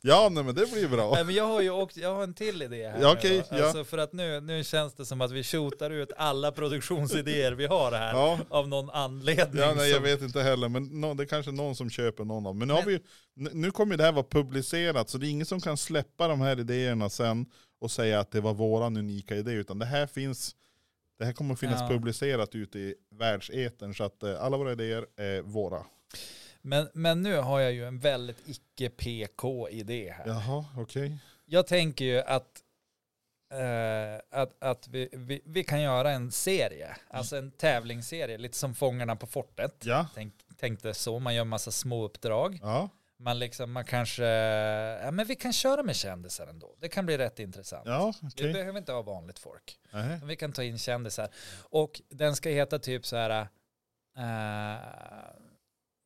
S2: Ja, nej men det blir bra.
S1: Nej, men jag har ju också, jag har en till idé här
S2: Ja,
S1: nu
S2: okej,
S1: då.
S2: ja.
S1: alltså, För att nu, nu känns det som att vi tjotar ut alla produktionsidéer vi har här.
S2: Ja.
S1: Av någon anledning.
S2: Ja, nej, jag
S1: som-
S2: vet inte heller, men nå- det är kanske någon som köper någon av. Men nu, har vi, ju- nu- nu kommer ju det här vara publicerat, så det är ingen som kan släppa de här idéerna sen och säga att det var våran unika idé, utan det här finns, det här kommer finnas
S1: Ja.
S2: publicerat ute i världseten, så att eh, alla våra idéer är våra.
S1: Men, men nu har jag ju en väldigt icke-PK-idé här.
S2: Jaha, okej.
S1: Jag tänker ju att, eh, att, att vi, vi, vi kan göra en serie, alltså en tävlingsserie, lite som Fångarna på fortet.
S2: Ja.
S1: Tänk, tänkte så, man gör massa små uppdrag.
S2: Ja,
S1: Man, liksom, man kanske, ja men vi kan köra med kändisar ändå. Det kan bli rätt intressant.
S2: ja
S1: Vi
S2: okej.
S1: behöver inte ha vanligt folk.
S2: Nej.
S1: Vi kan ta in kändisar. Och den ska heta typ så här, eh,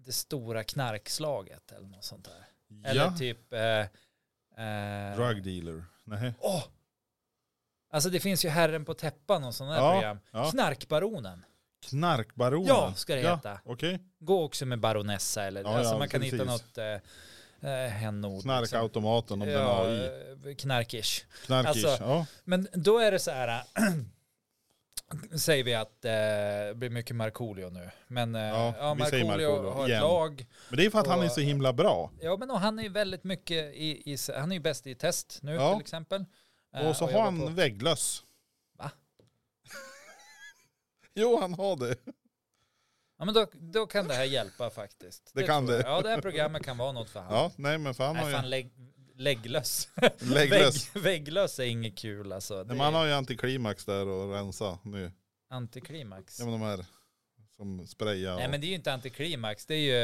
S1: det stora knarkslaget eller något sånt där. Eller
S2: Ja,
S1: typ... Eh, eh,
S2: drug dealer. Nej.
S1: Åh! Alltså det finns ju Herren på täppan och sådana där
S2: Ja,
S1: program.
S2: Ja.
S1: Knarkbaronen.
S2: Knarkbaronen.
S1: Ja, Liksom- ska det
S2: Ja,
S1: heta.
S2: Okej,
S1: Gå också med baronessa eller...
S2: Ja,
S1: alltså
S2: ja,
S1: man kan hitta
S2: precis.
S1: något eh, eh, hennord. liksom.
S2: knarkautomaten om den
S1: Ja,
S2: har i.
S1: eh, knarkish.
S2: Knarkish,
S1: alltså-
S2: ja.
S1: Men då är det så här... äh, säger vi att eh, det blir mycket Markoolio nu. Men eh, ja,
S2: Ja, vi säger
S1: Markoolio
S2: Markoolio
S1: har ett
S2: igen.
S1: lag.
S2: Men det är för att han är
S1: Och-
S2: så himla bra.
S1: Ja, men och han är ju väldigt mycket i, i... Han är ju bäst i test nu
S2: Ja.
S1: till exempel. Eh,
S2: Och så har
S1: jobbar
S2: han
S1: på-
S2: vägglöss.
S1: Va?
S2: jo, han har det.
S1: Ja, men då, då kan det här hjälpa faktiskt.
S2: Det kan
S1: tror jag.
S2: det.
S1: Ja, det här programmet kan vara något för han.
S2: Ja, nej men för han
S1: Nej,
S2: har
S1: fan
S2: ju,
S1: lägg, lägglöss.
S2: lägglöss.
S1: Vägg, vägglöss är inget kul alltså. Det
S2: Nej, men han
S1: är
S2: har ju antiklimax där och rensa nu.
S1: antiklimax.
S2: Ja men de här som sprayar.
S1: Nej, men det är ju inte antiklimax. Det är ju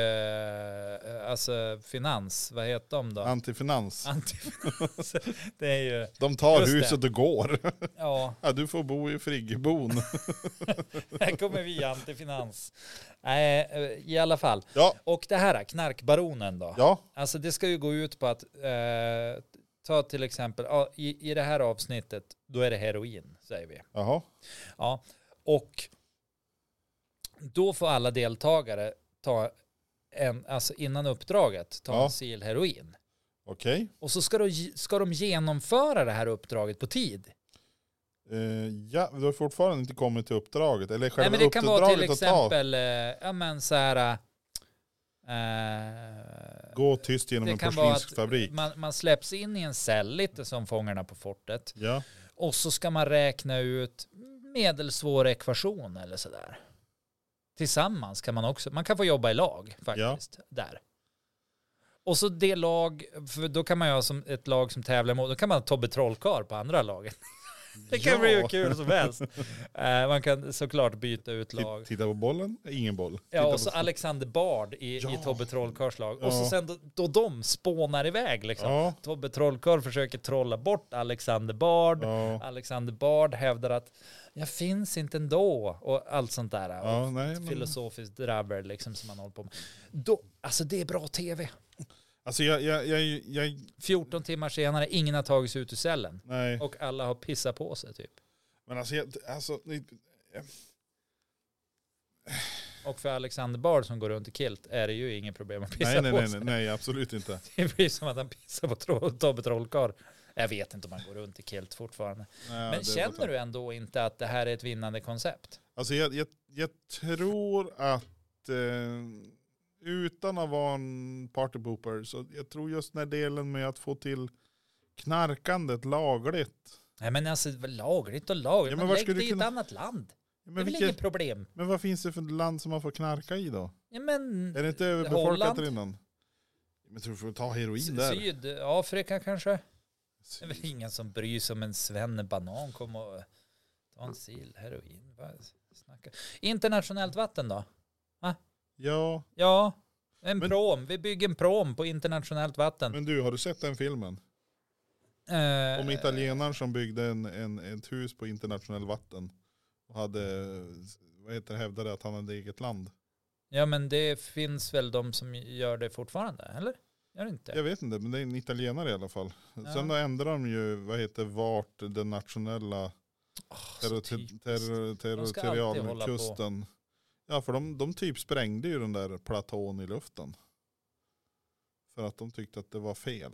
S1: eh, alltså finans. Vad heter de då?
S2: och Antifinans.
S1: Antifinans. Det är ju,
S2: De tar
S1: Just det.
S2: huset och går.
S1: ja,
S2: Ja, du får bo i friggebon.
S1: här kommer vi antifinans. Nej, eh, i alla fall.
S2: Ja,
S1: Och det här, knarkbaronen då?
S2: ja,
S1: Alltså det ska ju gå ut på att eh, ta till exempel, ja, i, i det här avsnittet, då är det heroin, säger vi.
S2: jaha.
S1: Ja. Och då får alla deltagare ta en, alltså innan uppdraget, ta
S2: Ja.
S1: en sil heroin.
S2: Okej.
S1: Och så ska de, ska de genomföra det här uppdraget på tid.
S2: Eh, ja, du har fortfarande inte kommit till uppdraget. Eller själva
S1: Nej men det kan vara till
S2: uppdraget att ta.
S1: exempel, eh, ja men så här, eh,
S2: Gå tyst genom
S1: det
S2: en
S1: kan vara att
S2: porslinsfabrik.
S1: man, man släpps in i en cell, lite som Fångarna på fortet.
S2: Ja,
S1: Och så ska man räkna ut medelsvår ekvation eller sådär. Tillsammans kan man också, man kan få jobba i lag faktiskt, där. Och så det lag, för då kan man ju ha som ett lag som tävlar mot, då kan man ha Tobbe Trollkarl på andra laget. Det kan
S2: Ja.
S1: bli hur kul som helst. Eh, man kan såklart byta ut
S2: Ti-
S1: lag.
S2: titta på bollen, ingen boll.
S1: Ja,
S2: Titta
S1: och så
S2: på-
S1: Alexander Bard i, i
S2: Ja.
S1: Tobbe Trollkarls lag. Och så
S2: Ja.
S1: sen då, då de spånar iväg liksom.
S2: Ja,
S1: Tobbe Trollkarl försöker trolla bort Alexander Bard.
S2: ja.
S1: Alexander Bard hävdar att jag finns inte ändå och allt sånt där.
S2: Ja, nej,
S1: och
S2: men...
S1: filosofiskt drabbel liksom som man håller på med. Då, alltså det är bra tv.
S2: Alltså jag, jag, jag, jag
S1: 14 timmar senare, ingen har tagits ut ur cellen.
S2: nej.
S1: Och alla har pissat på sig typ.
S2: Men alltså, jag, alltså ni-
S1: Och för Alexander Bard som går runt i kilt är det ju inget problem att pissa
S2: nej, nej,
S1: på
S2: nej,
S1: sig.
S2: nej, nej, absolut inte.
S1: Det blir som att han pissar på tro- Tobbe Trollkarl. Jag vet inte om han går runt i kilt fortfarande.
S2: Nej,
S1: Men
S2: det låter-
S1: känner du ändå inte att det här är ett vinnande koncept?
S2: Alltså jag, jag, jag tror att eh, utan att vara en partypooper så jag tror just den här delen med att få till knarkandet lagligt.
S1: Nej men alltså lagligt och lagligt.
S2: Ja,
S1: men
S2: men var
S1: lägg
S2: skulle
S1: det
S2: du
S1: i
S2: kunna-
S1: ett annat land.
S2: Ja,
S1: Det är
S2: Men,
S1: väl
S2: vilket,
S1: inget problem.
S2: men vad finns det för land som man får knarka i då?
S1: Ja, men
S2: Är det inte överbefolkat
S1: Holland?
S2: redan? Men tror du får ta heroin
S1: Sy-
S2: där?
S1: Sydafrika kanske? Det är väl ingen som bryr sig om en svennebanan kommer och ta en sil heroin. Vad snackar- Internationellt vatten då?
S2: Ja,
S1: Ja, en
S2: Men-
S1: prom. Vi bygger en prom på internationellt vatten.
S2: men du har du sett den filmen?
S1: Eh,
S2: Om italienaren som byggde en, en, ett hus på internationell vatten. Och hade, vad heter det, hävdade att han hade eget land.
S1: Ja men det finns väl de som gör det fortfarande, eller? Gör det inte?
S2: Jag vet inte, men det är en italienare i alla fall.
S1: Ja.
S2: Sen ändrar de ju, vad heter vart den nationella
S1: Åh, typ. så
S2: terror,
S1: typiskt.
S2: terror,
S1: De ska alltid hålla på.
S2: territorialkusten. Ja, för de, de typ sprängde ju den där platån i luften. För att de tyckte att det var fel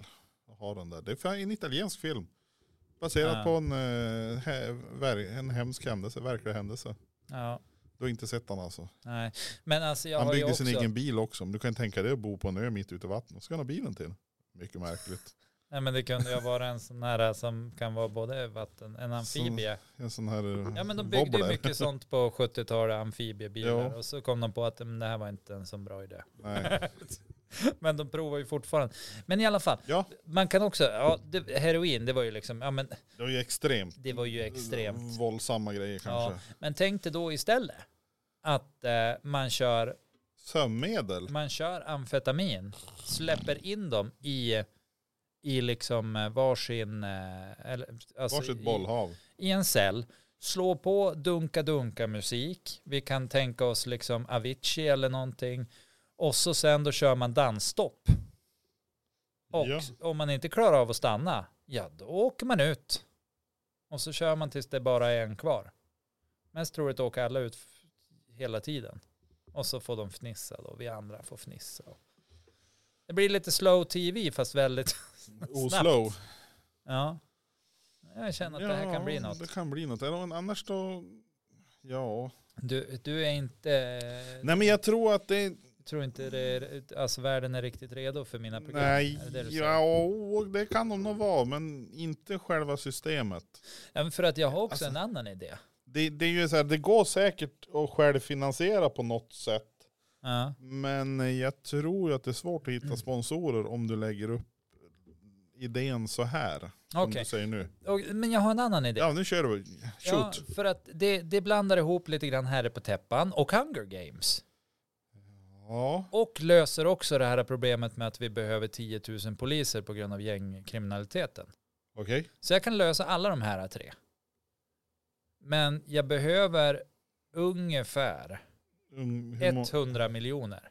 S2: att ha den där. Det är fan en italiensk film. Baserat
S1: Ja.
S2: på en, eh, he, ver, en hemsk händelse, verklig händelse.
S1: Ja,
S2: Du har inte sett den alltså.
S1: nej. Men alltså jag
S2: han
S1: har ju
S2: byggde
S1: också...
S2: sin egen bil också. Men du kan ju tänka dig att bo på en ö mitt ute i vattnet. Vad ska han ha bilen till? Mycket märkligt.
S1: Nej men det kunde ju vara en sån här som kan vara både vatten, en amfibie.
S2: En sån här eh,
S1: Ja men de byggde ju
S2: wobbler.
S1: mycket sånt på 70-talet, amfibiebilar.
S2: Ja.
S1: Och så kom de på att "Men, det här var inte en så bra idé.
S2: Nej.
S1: men de provar ju fortfarande. Men i alla fall,
S2: Ja,
S1: man kan också, ja, det, heroin det var ju liksom, ja men
S2: det var ju extremt.
S1: det var ju extremt.
S2: Mm. Våldsamma grejer kanske.
S1: Men tänk dig då istället att eh, man, kör,
S2: Sömnmedel?
S1: man kör amfetamin, släpper in dem i, i liksom eh, varsin, eh, eller, alltså
S2: Varsitt
S1: i-
S2: bollhav.
S1: i en cell, slå på dunka dunka musik. Vi kan tänka oss liksom Avicii eller någonting. Och så sen då kör man dansstopp. Och
S2: Ja.
S1: om man inte klarar av att stanna, ja då åker man ut. Och så kör man tills det bara är en kvar. Mest troligt åker alla ut f- hela tiden. Och så får de fnissa då, vi andra får fnissa. Det blir lite slow tv fast väldigt,
S2: Oslo.
S1: ja. Jag känner att det här kan bli något.
S2: Det kan bli något. Eller om- Annars då, ja.
S1: Du, du är inte,
S2: Nej men jag tror att det,
S1: jag tror inte det är, alltså världen är riktigt redo för mina program.
S2: nej,
S1: Är det det du säger?
S2: ja, och det kan de nog vara, men inte själva systemet.
S1: Ja, men för att jag har också
S2: Alltså-
S1: en annan idé.
S2: Det, det är ju så här, det går säkert att självfinansiera på något sätt,
S1: Ja.
S2: men jag tror ju att det är svårt att
S1: Mm.
S2: hitta sponsorer om du lägger upp idén så här, som
S1: Okej,
S2: du säger nu.
S1: Och- men jag har en annan idé.
S2: Ja, nu kör du. Shoot.
S1: Ja, för att det, det blandar ihop lite grann Herre på täppan och Hunger Games.
S2: Ja.
S1: Och löser också det här problemet med att vi behöver 10 000 poliser på grund av gängkriminaliteten.
S2: Okej.
S1: Så jag kan lösa alla de här tre. Men jag behöver ungefär
S2: Um, hur må-
S1: 100 miljoner.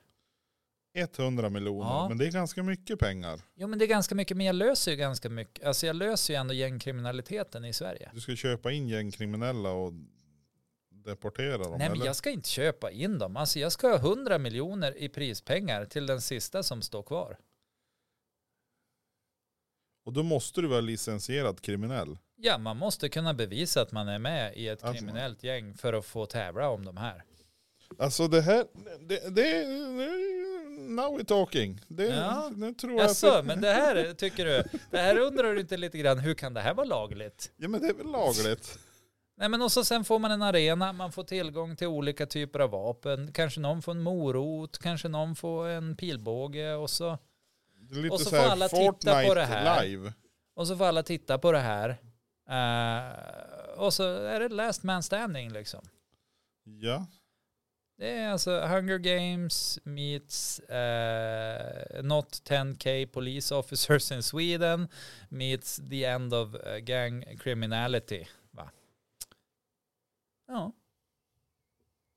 S2: 100 miljoner,
S1: Ja.
S2: men det är ganska mycket pengar.
S1: Jo men det är ganska mycket, men jag löser ju ganska mycket. Alltså jag löser ju ändå gängkriminaliteten i Sverige.
S2: Du ska köpa in gängkriminella och deportera dem?
S1: Nej men
S2: eller?
S1: jag ska inte köpa in dem. Alltså jag ska ha 100 miljoner i prispengar till den sista som står kvar.
S2: Och då måste du vara licensierad kriminell.
S1: Ja, man måste kunna bevisa att man är med i ett
S2: Att man-
S1: kriminellt gäng för att få tävla om de här.
S2: Alltså det här, det, det now we're talking. Det,
S1: Ja.
S2: Nu tror jag att
S1: Jaså,
S2: det,
S1: men det här tycker du, det här undrar du inte lite grann, hur kan det här vara lagligt?
S2: ja, men det är väl lagligt.
S1: Nej men och så sen får man en arena, man får tillgång till olika typer av vapen, kanske någon får en morot, kanske någon får en pilbåge och så
S2: Det är lite
S1: Och så
S2: så här
S1: får alla titta på
S2: Fortnite
S1: det här.
S2: live.
S1: Och så får alla titta på det här. Eh, och så är det last man standing liksom.
S2: Ja,
S1: Det är alltså Hunger Games meets eh, not 10k police officers in Sweden meets the end of eh, gang criminality. Va? Ja.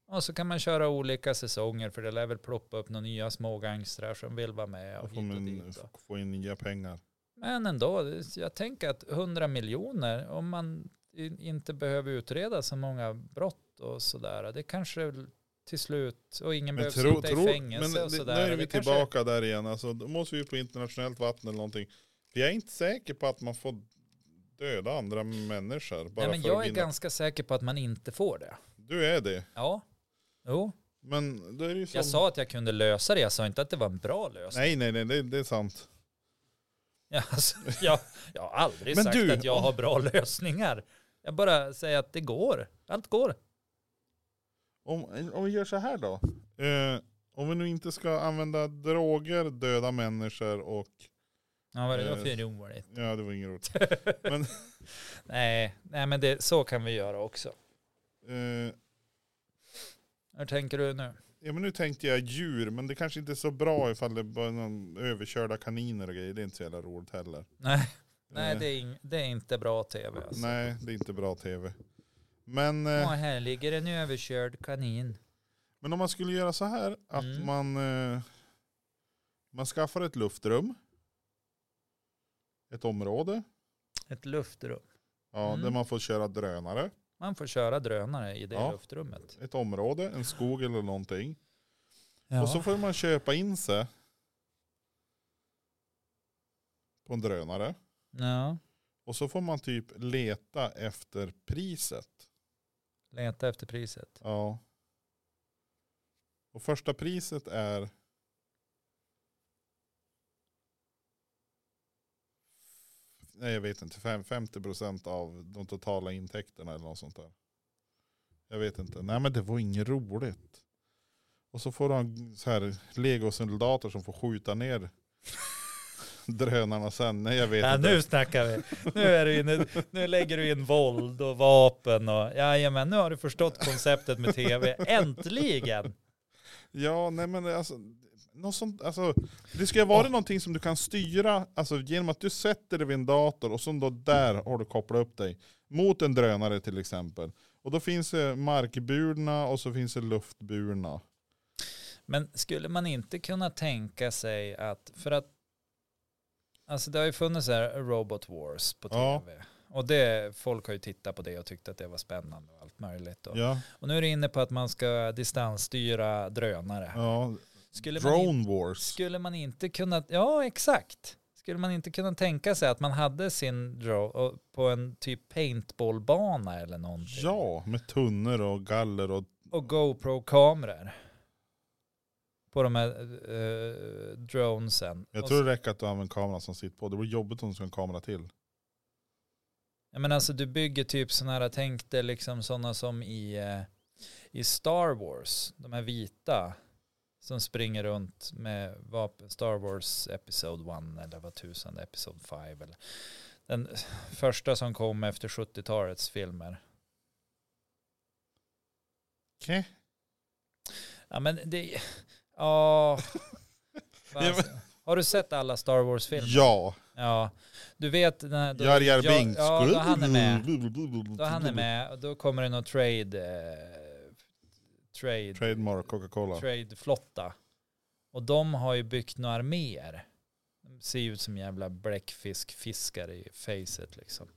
S1: Och så kan man köra olika säsonger för det lär väl ploppa upp några nya smågangstrar som vill vara med
S2: då
S1: och
S2: får
S1: hit och
S2: man
S1: dit. Och.
S2: få in nya pengar.
S1: Men ändå, det- jag tänker att 100 miljoner, om man i- inte behöver utreda så många brott och sådär, det kanske till slut, och ingen
S2: Men,
S1: behöver
S2: tro,
S1: sitta
S2: tro,
S1: i
S2: men
S1: fängelse
S2: det,
S1: och
S2: nu
S1: sådär.
S2: är
S1: Det
S2: vi
S1: kanske-
S2: tillbaka där igen. Alltså, då måste vi på internationellt vatten eller någonting. För jag är inte säker på att man får döda andra människor. Bara
S1: Nej, men
S2: för
S1: jag
S2: att
S1: är
S2: vinna.
S1: ganska säker på att man inte får det.
S2: Du är det.
S1: Ja, jo.
S2: Men då är det ju som...
S1: Jag sa att jag kunde lösa det, jag sa inte att det var en bra lösning.
S2: Nej, nej, nej, det, det är sant.
S1: Ja, alltså, jag, jag har aldrig
S2: Men
S1: sagt
S2: du-
S1: att jag har bra lösningar. Jag bara säger att det går. Allt går.
S2: Om, om vi gör så här då. Eh, om vi nu inte ska använda droger, döda människor och...
S1: Ja, vad är det
S2: Eh,
S1: då för oroligt?
S2: Ja, det var inget roligt.
S1: Nej, nej, men det, så kan vi göra också.
S2: Eh,
S1: Hur tänker du nu?
S2: Ja men nu tänkte jag djur, men det kanske inte är så bra ifall det bara är någon överkörda kaniner och grejer. Det är inte så jävla roligt heller.
S1: Nej, nej
S2: Eh,
S1: det, är ing, det är inte bra tv. Alltså.
S2: nej, det är inte bra tv. Men,
S1: Åh,
S2: eh,
S1: här ligger en överkörd kanin.
S2: men om man skulle göra så här att
S1: Mm.
S2: man, eh, man skaffar ett luftrum. Ett område
S1: Ett luftrum.
S2: ja,
S1: Mm.
S2: där man får köra drönare.
S1: Man får köra drönare i det
S2: Ja.
S1: luftrummet.
S2: Ett område, en skog eller någonting.
S1: Ja.
S2: Och så får man köpa in sig på en drönare.
S1: ja.
S2: Och så får man typ leta efter priset.
S1: Leta efter priset.
S2: Ja. Och första priset är 50 Nej jag vet inte, fem- 50% av de totala intäkterna eller något sånt där. Jag vet inte. Nej men det var inget roligt. Och så får de så här legosoldater som får skjuta ner drönarna sen. Nej jag vet
S1: Ja,
S2: inte.
S1: nu snackar vi. Nu, är du inne, nu lägger du in våld och vapen och jajamän, nu har du förstått konceptet med tv. Äntligen!
S2: Ja, nej men alltså, något sånt, alltså, det ska ju vara någonting som du kan styra alltså, genom att du sätter dig vid en dator och som då där har du kopplat upp dig mot en drönare till exempel. Och då finns det markburna och så finns det luftburna.
S1: Men skulle man inte kunna tänka sig att, för att, alltså det har ju funnits så här Robot Wars på
S2: Ja.
S1: tv. Och det, folk har ju tittat på det och tyckt att det var spännande och allt möjligt. Och,
S2: Ja,
S1: och nu är det inne på att man ska distansstyra drönare.
S2: ja.
S1: Skulle man inte-
S2: Drone wars.
S1: Skulle man inte kunna, ja exakt. Skulle man inte kunna tänka sig att man hade sin draw på en typ paintballbana eller någonting?
S2: Ja, med tunnor och galler och
S1: Och GoPro-kameror. På de här eh, dronesen.
S2: jag
S1: Och
S2: tror det räcker att du använder kameran som sitter på. Det blir jobbigt om du ska ha en kamera till.
S1: Ja, men alltså du bygger typ sådana här, tänk dig liksom sådana som i, eh, i Star Wars, de här vita som springer runt med vapen, Star Wars Episode 1 eller vad tusan, Episode 5 eller den första som kom efter 70-talets filmer.
S2: Okay.
S1: Ja men det, ja.
S2: Ja,
S1: Fan, Har du sett alla Star Wars-filmer?
S2: Ja,
S1: Ja. Du vet den här... då-
S2: Jar Jar
S1: ja,
S2: Binks. Mm.
S1: Ja, då han är med.
S2: med.
S1: Då han är med, och då kommer det någon trade, eh, trade,
S2: Trademark Coca-Cola.
S1: trade flotta. Och de har ju byggt några arméer. De ser ju ut som jävla bläckfiskfiskar i facet liksom.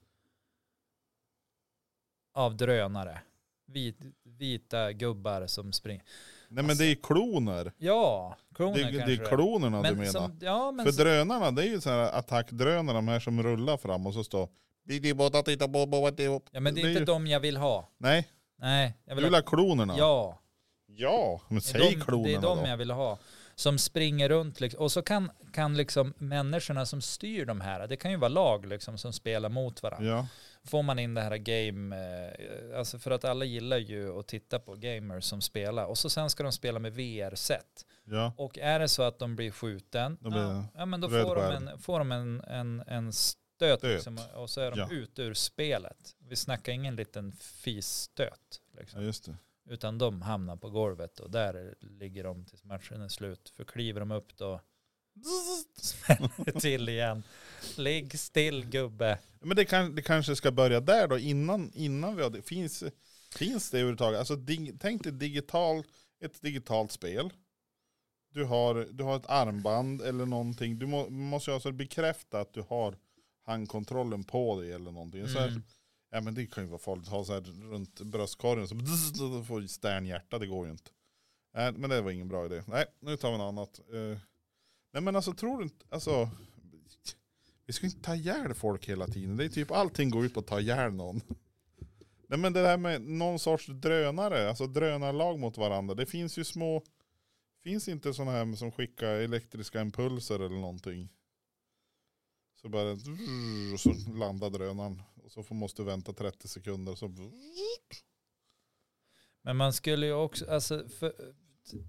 S1: Av drönare. Vit, vita gubbar som springer.
S2: Nej men det är kloner.
S1: Ja, kloner
S2: Det, är- det
S1: kanske
S2: är klonerna du menar.
S1: som, Ja, men
S2: För
S1: som,
S2: drönarna, det är ju sådana här attackdrönare, de här som rullar fram och så står "Vi vill båda titta på- på- på- på."
S1: ja, men det är
S2: ju-
S1: inte de jag vill ha.
S2: Nej,
S1: Nej, jag
S2: du
S1: vill
S2: vill
S1: ha...
S2: ha klonerna?
S1: Ja.
S2: Ja, men
S1: Det är
S2: säg
S1: de- Det
S2: klonerna
S1: är de
S2: då.
S1: jag vill ha. Som springer runt liksom. Och så kan, kan liksom människorna som styr de här, det kan ju vara lag liksom som spelar mot varandra.
S2: Ja.
S1: Får man in det här game, eh, alltså för att alla gillar ju att titta på gamers som spelar. Och så sen ska de spela med VR-set.
S2: ja.
S1: Och är det så att de blir skjuten,
S2: Då blir
S1: ja,
S2: det
S1: ja, men då
S2: röd
S1: får de,
S2: skärm.
S1: en, får de en, en, en stöt,
S2: Stöt.
S1: Liksom, och så är de
S2: Ja.
S1: ut ur spelet. Vi snackar ingen liten fisstöt. Liksom.
S2: ja, just det.
S1: Utan de hamnar på golvet och där ligger de tills matchen är slut. För kliver de upp då smäller det till igen. Ligg still gubbe.
S2: Men det, kan, det kanske ska börja där då, innan, innan vi har det. Finns, finns det överhuvudtaget? Alltså, dig, tänk dig digital, ett digitalt spel. Du har, du har ett armband eller någonting. Du må, måste ju alltså bekräfta att du har handkontrollen på dig eller någonting. Så här,
S1: Mm.
S2: Ja men det kan ju vara farligt att ha så här runt bröstkorgen så då får ju stjärnhjärta, det går ju inte. Nej men det var ingen bra idé. Nej, nu tar vi något annat. Eh, nej men alltså tror du inte, alltså vi ska inte ta ihjäl folk hela tiden. Det är typ allting går ut på att ta ihjäl någon. Nej men det där med någon sorts drönare, alltså drönarlag mot varandra. Det finns ju små, finns inte sådana här som skickar elektriska impulser eller någonting. Så bara, och så landar drönaren. Och så får, måste du vänta 30 sekunder. Och så,
S1: Men man skulle ju också, alltså, för,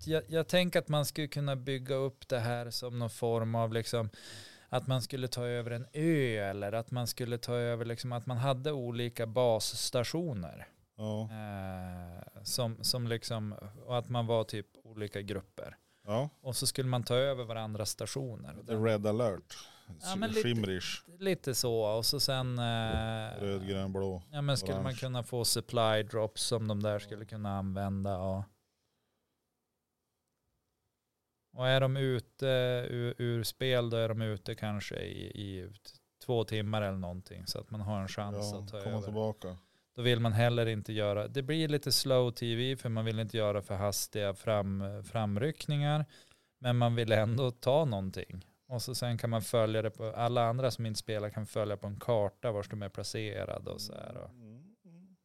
S1: jag, jag tänker att man skulle kunna bygga upp det här som någon form av liksom att man skulle ta över en ö eller att man skulle ta över liksom att man hade olika basstationer.
S2: Ja.
S1: Eh, som, som liksom, och att man var typ olika grupper.
S2: ja.
S1: Och så skulle man ta över varandras stationer. Och
S2: The
S1: det-
S2: red alert.
S1: Ja, men lite-
S2: Skimrish.
S1: Lite så, och så sen... eh,
S2: Röd, grön, blå.
S1: Ja men skulle man
S2: Orange.
S1: kunna få supply drops som de där skulle kunna använda och och är de ute ur, ur spel då är de ute kanske i, i två timmar eller någonting så att man har en chans
S2: Ja,
S1: att ta
S2: komma
S1: över.
S2: tillbaka.
S1: Då vill man heller inte göra, det blir lite slow tv för man vill inte göra för hastiga fram, framryckningar men man vill ändå ta någonting. Och så sen kan man följa det på, alla andra som inte spelar kan följa på en karta vars de är placerade och så här. Och.
S2: Mm, mm.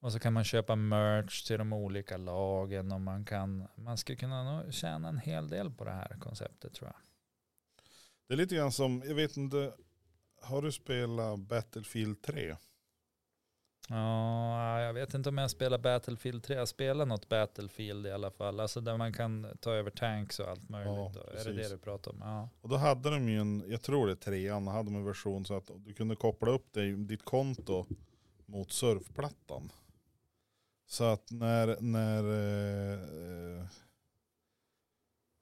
S1: Och så kan man köpa merch till de olika lagen och man kan, man skulle kunna nå- tjäna en hel del på det här konceptet tror jag.
S2: Det är lite grann som, jag vet inte, har du spelat Battlefield 3?
S1: Ja, jag vet inte om jag spelar Battlefield 3, jag spelar något Battlefield i alla fall, alltså där man kan ta över tanks och allt möjligt.
S2: Ja,
S1: då. är det det
S2: precis.
S1: du pratar om? Ja.
S2: Och då hade de ju en, jag tror det är trean, hade de en version så att du kunde koppla upp dig, ditt konto mot surfplattan. Så att när, när eh, eh,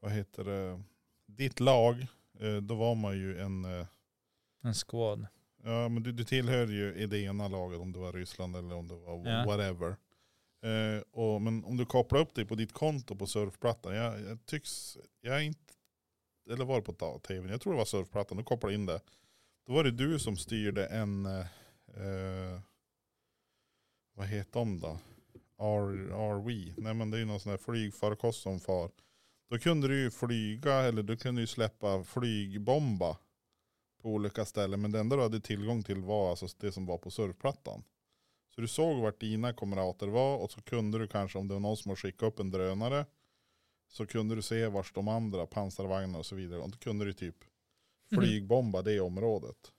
S2: vad heter det, ditt lag, eh, då var man ju en, eh,
S1: En squad.
S2: ja men du, du tillhör ju i det ena laget om det var Ryssland eller om det var
S1: Ja.
S2: whatever. Eh, och, men om du kopplar upp dig på ditt konto på surfplattan, jag, jag tycks, jag är inte, eller var det på ta- tvn, jag tror det var surfplattan, du kopplade in det. Då var det du som styrde en, eh, eh, vad heter de då? R, RV, nej men det är ju någon sån här flygfarkost som far. Då kunde du ju flyga eller du kunde ju släppa flygbomba på olika ställen. Men det enda du hade tillgång till var alltså det som var på surfplattan. Så du såg vart dina kamrater var och så kunde du kanske om det var någon som hade skickat upp en drönare så kunde du se vars de andra pansarvagnar och så vidare. Och då kunde du typ flygbomba det området.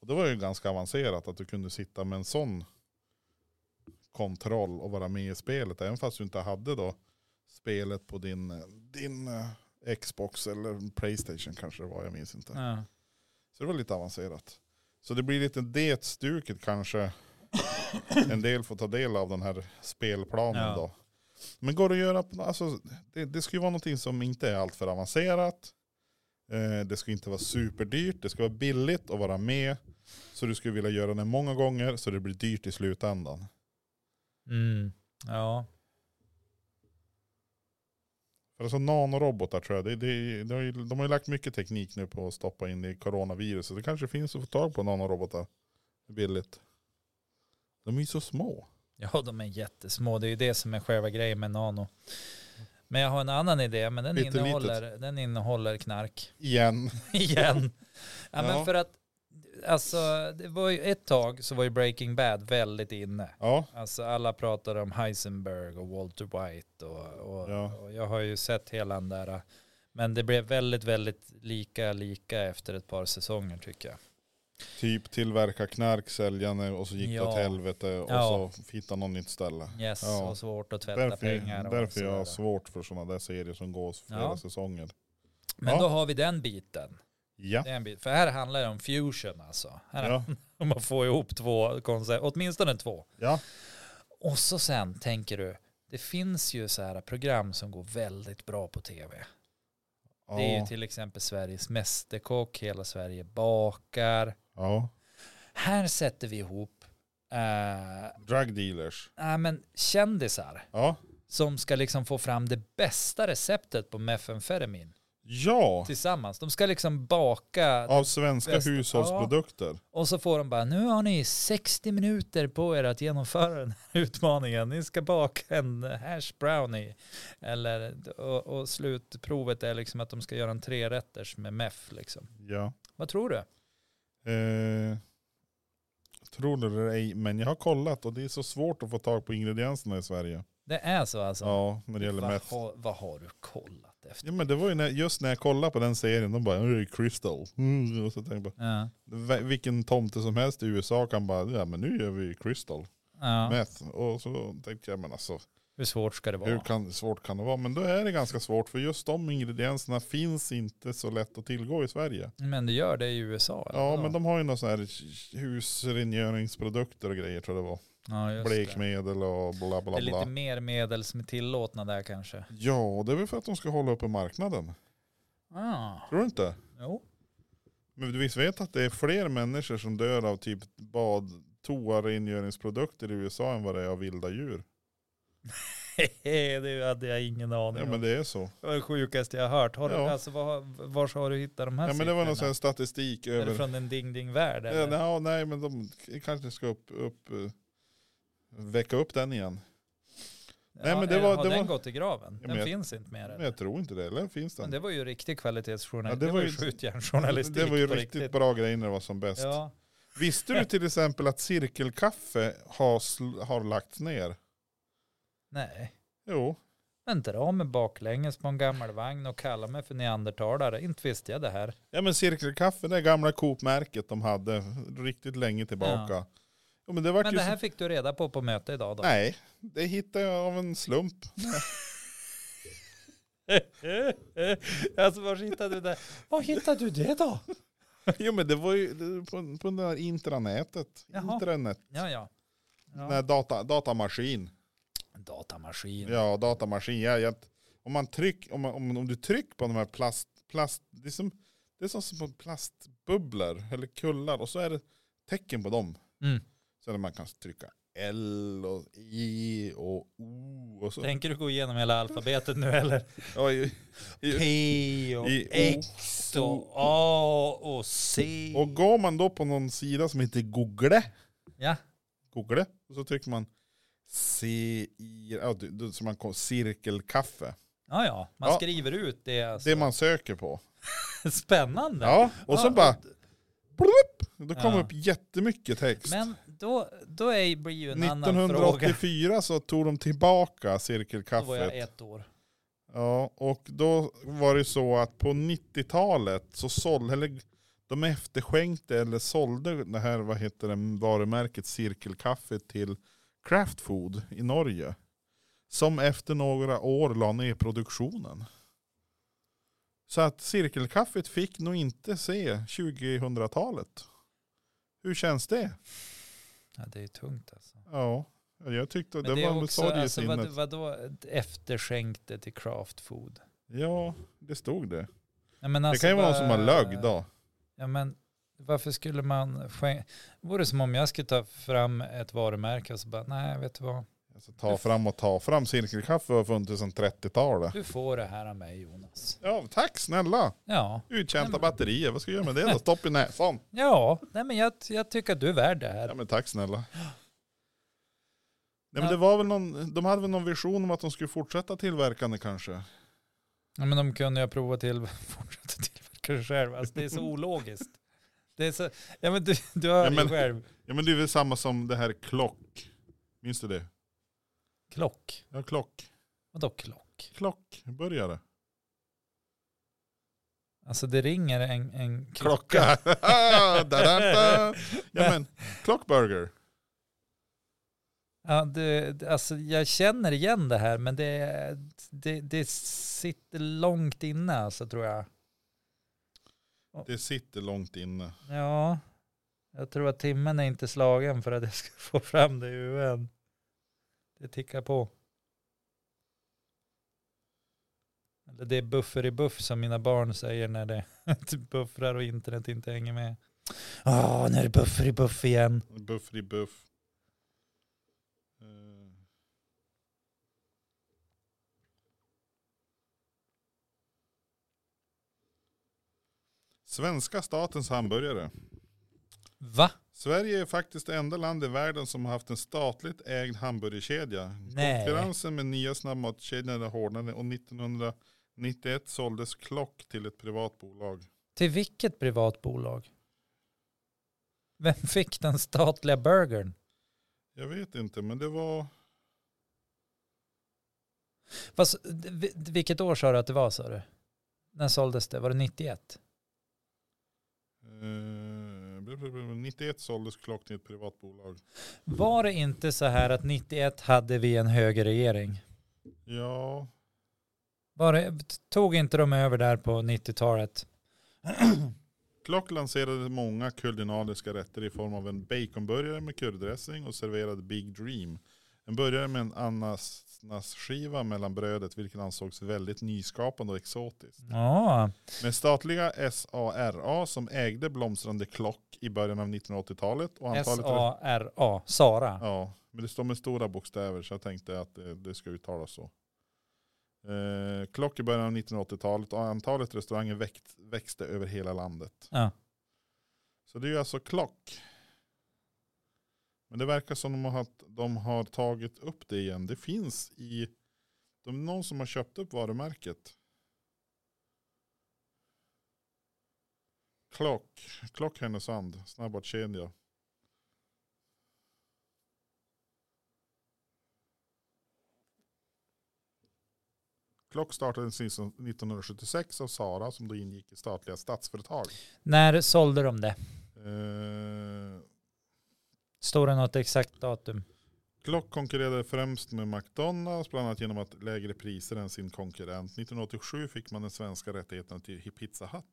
S2: Och det var ju ganska avancerat att du kunde sitta med en sån kontroll och vara med i spelet. Även fast du inte hade då spelet på din, eh, din eh, Xbox eller Playstation kanske det var, jag minns inte.
S1: Ja.
S2: Så det var lite avancerat. Så det blir lite det stuket kanske. En del får ta del av den här spelplanen
S1: Ja.
S2: då. Men går det att göra, på- alltså, det, det ska ju vara någonting som inte är alltför avancerat. Eh, det ska inte vara superdyrt, det ska vara billigt att vara med. Så du skulle vilja göra det många gånger så det blir dyrt i slutändan.
S1: Mm. ja.
S2: För alltså nanorobotar tror jag, det, det, det har ju, de har ju lagt mycket teknik nu på att stoppa in i coronaviruset. Det kanske finns att få tag på nanorobotar billigt. De är ju så små.
S1: Ja, de är jättesmå. Det är ju det som är själva grejen med Nano. Men jag har en annan idé, men den,
S2: Pyttelitet.
S1: innehåller, den innehåller knark.
S2: Igen.
S1: igen. Ja, men
S2: Ja.
S1: för att, alltså, det var ju ett tag så var ju Breaking Bad väldigt inne.
S2: Ja,
S1: Alltså alla pratade om Heisenberg och Walter White och, och,
S2: Ja.
S1: och jag har ju sett hela den där. Men det blev väldigt, väldigt lika, lika efter ett par säsonger tycker jag.
S2: typ tillverka knark, sälja nu och så gick det
S1: Ja.
S2: åt helvete och
S1: Ja.
S2: så hitta något nytt ställe.
S1: Yes,
S2: Ja.
S1: och svårt att tvätta
S2: Därför,
S1: pengar. Och
S2: därför jag
S1: sådär.
S2: har svårt för sådana där serier som går flera
S1: Ja.
S2: säsonger.
S1: Men
S2: Ja.
S1: då har vi den biten.
S2: Ja.
S1: Det är en bit. För här handlar det om fusion alltså. Här handlar
S2: Ja.
S1: det om att få ihop två koncept, åtminstone två.
S2: ja.
S1: Och så sen tänker du, det finns ju så här program som går väldigt bra på tv. Det är ju
S2: Ja.
S1: till exempel Sveriges Mästerkock, Hela Sverige bakar.
S2: ja.
S1: Här sätter vi ihop eh,
S2: Drug dealers.
S1: nej, men kändisar
S2: Ja.
S1: som ska liksom få fram det bästa receptet på mefenferamin
S2: Ja.
S1: tillsammans. De ska liksom baka
S2: Av svenska
S1: Bästa.
S2: hushållsprodukter.
S1: och så får de bara, nu har ni 60 minuter på er att genomföra den här utmaningen. Ni ska baka en hash brownie. Eller, och, och slutprovet är liksom att de ska göra en trerätters med meff. Liksom.
S2: Ja.
S1: Vad tror du?
S2: Eh, tror det eller ej, men jag har kollat och det är så svårt att få tag på ingredienserna i Sverige.
S1: Det är så alltså?
S2: Ja, när det gäller
S1: vad,
S2: meth.
S1: har, vad har du kollat efter?
S2: Ja, men det var ju när, just när jag kollade på den serien, de bara, nu är det crystal. Mm, och så tänkte jag bara,
S1: Ja.
S2: Ve- vilken tomte som helst i USA kan bara, ja men nu gör vi crystal,
S1: Ja.
S2: meth. Och så tänkte jag, men alltså,
S1: Hur svårt ska det vara?
S2: Hur kan, svårt kan det vara? Men då är det ganska svårt för just de ingredienserna finns inte så lätt att tillgå i Sverige.
S1: Men det gör det i USA? eller
S2: Ja,
S1: vadå?
S2: men de har ju några sådana här husrengöringsprodukter och grejer tror jag det var.
S1: ja, just det.
S2: Blekmedel och bla
S1: Det
S2: liksom bla
S1: är lite
S2: bla.
S1: mer medel som är tillåtna där kanske.
S2: Ja, och det är väl för att de ska hålla uppe marknaden.
S1: Ah,
S2: Tror du inte?
S1: jo.
S2: Men du visst vet att det är fler människor som dör av typ bad, toarengöringsprodukter i USA än vad det är av vilda djur.
S1: det hade jag ingen aning
S2: Ja
S1: om.
S2: men det är så.
S1: Det var det sjukaste jag har hört. Har du,
S2: Ja.
S1: alltså, var, vars har du hittat de här
S2: Ja men det var någon sån
S1: siffrorna?
S2: här statistik
S1: Är det
S2: över.
S1: från en ding ding värld?
S2: Ja,
S1: eller?
S2: nej, ja, nej men de k- kanske ska upp, upp eh, väcka upp den igen. nej, men det
S1: eller
S2: var-
S1: har
S2: det
S1: den
S2: var-
S1: gått i graven? Den
S2: Ja, men jag-
S1: finns inte mer.
S2: Men
S1: Eller?
S2: jag tror inte det, eller finns den?
S1: Men det var ju riktig
S2: Ja,
S1: kvalitetsjournalistik.
S2: det
S1: det,
S2: var
S1: var ju
S2: ju-
S1: skjutjärnsjournalistik.
S2: Det var ju
S1: på
S2: riktigt, bra grej när det var som bäst.
S1: Ja.
S2: Visste du till exempel att cirkelkaffe har, sl- har lagts ner?
S1: Nej.
S2: Jo,
S1: Men dra mig baklänges på en gammal vagn och kalla mig för neandertalare. Inte visste jag det här.
S2: Ja men cirkelkaffe, det gamla Coop-märket de hade riktigt länge tillbaka. Ja. men det var
S1: Men
S2: ju
S1: det
S2: så-
S1: här fick du reda på på möte idag då?
S2: Nej, det hittade jag av en slump.
S1: alltså var hittade du det? Var hittade du det då?
S2: jo men det var ju det- på, på det där intranätet.
S1: Jaha.
S2: Intranet.
S1: Ja, ja. ja.
S2: Nej, data, datamaskin.
S1: Datamaskin.
S2: Ja, datamaskin. Ja, jag, om, man tryck, om, man, om, om du trycker på de här plast... plast det, är som, det är som små plastbubblor eller kullar och så är det tecken på dem.
S1: Mm.
S2: Så där man kan trycka L och I och O och så.
S1: Tänker du gå igenom hela alfabetet nu eller?
S2: Ja, i- i-
S1: P och
S2: I- O.
S1: X och A och C.
S2: Och går man då på någon sida som heter Google,
S1: Ja,
S2: Google och så trycker man CI, ja, du- du- så man kom, cirkelkaffe.
S1: ja, ja. man
S2: Ja.
S1: skriver ut det. Alltså.
S2: Det man söker på.
S1: Spännande.
S2: Ja, och så
S1: Ja,
S2: bara, blup, då kom
S1: Ja.
S2: upp jättemycket text.
S1: Men då, då är, blir ju en annan fråga.
S2: 1984 så tog de tillbaka
S1: Då var jag
S2: cirkelkaffet.
S1: ett år.
S2: Ja, och då var det så att på 90-talet så sålde, eller de efterskänkte eller sålde det här, vad heter det, varumärket cirkelkaffe till Kraft Food i Norge. Som efter några år la ner produktionen. Så att cirkelkaffet fick nog inte se 2000-talet. Hur känns det?
S1: Ja, det är ju tungt alltså.
S2: Ja, jag tyckte
S1: Men
S2: det, var en
S1: också,
S2: sorg i
S1: alltså,
S2: sinnet.
S1: vad, vadå efterskänkte till craft food?
S2: Ja, det stod det.
S1: Ja, men
S2: det
S1: alltså,
S2: kan ju vara någon som
S1: vad-
S2: har lögg då.
S1: Ja, men varför skulle man skänka? Vore det som om jag skulle ta fram ett varumärke och så bara, nej vet du vad,
S2: Alltså, ta fram och ta fram. Cirkelkaffe har funnits sedan 30-talet.
S1: du får det här av mig Jonas.
S2: Ja, tack snälla.
S1: Ja,
S2: Uttjänta batterier. Vad ska jag göra med det då? Stopp i näsan.
S1: ja, nej men jag, jag tycker att du är värd det
S2: Ja,
S1: här.
S2: men tack snälla. Nej,
S1: Ja.
S2: men det var väl någon, de hade väl någon vision om att de skulle fortsätta tillverkande kanske.
S1: Ja, men de kunde jag prova till, fortsätta tillverka det själv. Alltså det är så ologiskt. Det är så, ja men du, du hör
S2: Ja, men-
S1: ju själv.
S2: Ja men det är väl samma som det här klock. Minns du det?
S1: Klock,
S2: Ja klock.
S1: vadå klock?
S2: Klock. Började.
S1: Alltså det ringer en, en klocka.
S2: Klocka. da, da, da. Ja men klockburger.
S1: Ja, det, det- alltså jag känner igen det här men det, det, det sitter långt inne alltså tror jag.
S2: Det sitter långt inne.
S1: Ja, jag tror att timmen är inte slagen för att jag ska få fram det i huvudet. Det tickar på. Eller det är buffer i buff som mina barn säger när det typ buffrar och internet inte hänger med. Ja, nu är det buffer i buff igen.
S2: Buff i buff. Eh, Svenska statens hamburgare.
S1: Va?
S2: Sverige är faktiskt det enda land i världen som har haft en statligt ägd hamburgerkedja.
S1: Nej.
S2: Konkurrensen med nya snabbmatskedjan är hårdnade och 1991 såldes Klock till ett privat bolag.
S1: Till vilket privat bolag? Vem fick den statliga burgern?
S2: Jag vet inte men det var
S1: Fast, vi- vilket år sa du att det var sa du? När såldes det? Var det 91?
S2: eh, bl- bl- bl- 91 såldes Klock till ett privat bolag.
S1: Var det inte så här att 91 hade vi en högerregering?
S2: Ja,
S1: Var det, tog inte de över där på 90-talet?
S2: Klock lanserade många kulinariska rätter i form av en baconburgare med kurddressing och serverade Big Dream. En burgare med en ananasskiva mellan brödet vilket ansågs väldigt nyskapande och exotiskt.
S1: Ja,
S2: Med statliga SARA som ägde blomstrande klock i början av 1980-talet. Och antalet
S1: S-A-R-A, Sara.
S2: Ja, men det står med stora bokstäver så jag tänkte att eh, det, det ska uttalas så. Eh, klock i början av 1980-talet och antalet restauranger växt, växte över hela landet.
S1: Ja.
S2: Så det är ju alltså klock. Men det verkar som de har, de har tagit upp det igen. Det finns i, de är någon som har köpt upp varumärket. Klock, Klock Härnösand, snabbmatskedja. Klock startades 1976 av Sara som då ingick i statliga Statsföretag.
S1: När sålde de det?
S2: Eh,
S1: Står det något exakt datum?
S2: Klock konkurrerade främst med McDonalds, bland annat genom att lägre priser än sin konkurrent. 1987 fick man den svenska rättigheten till Pizza Hut.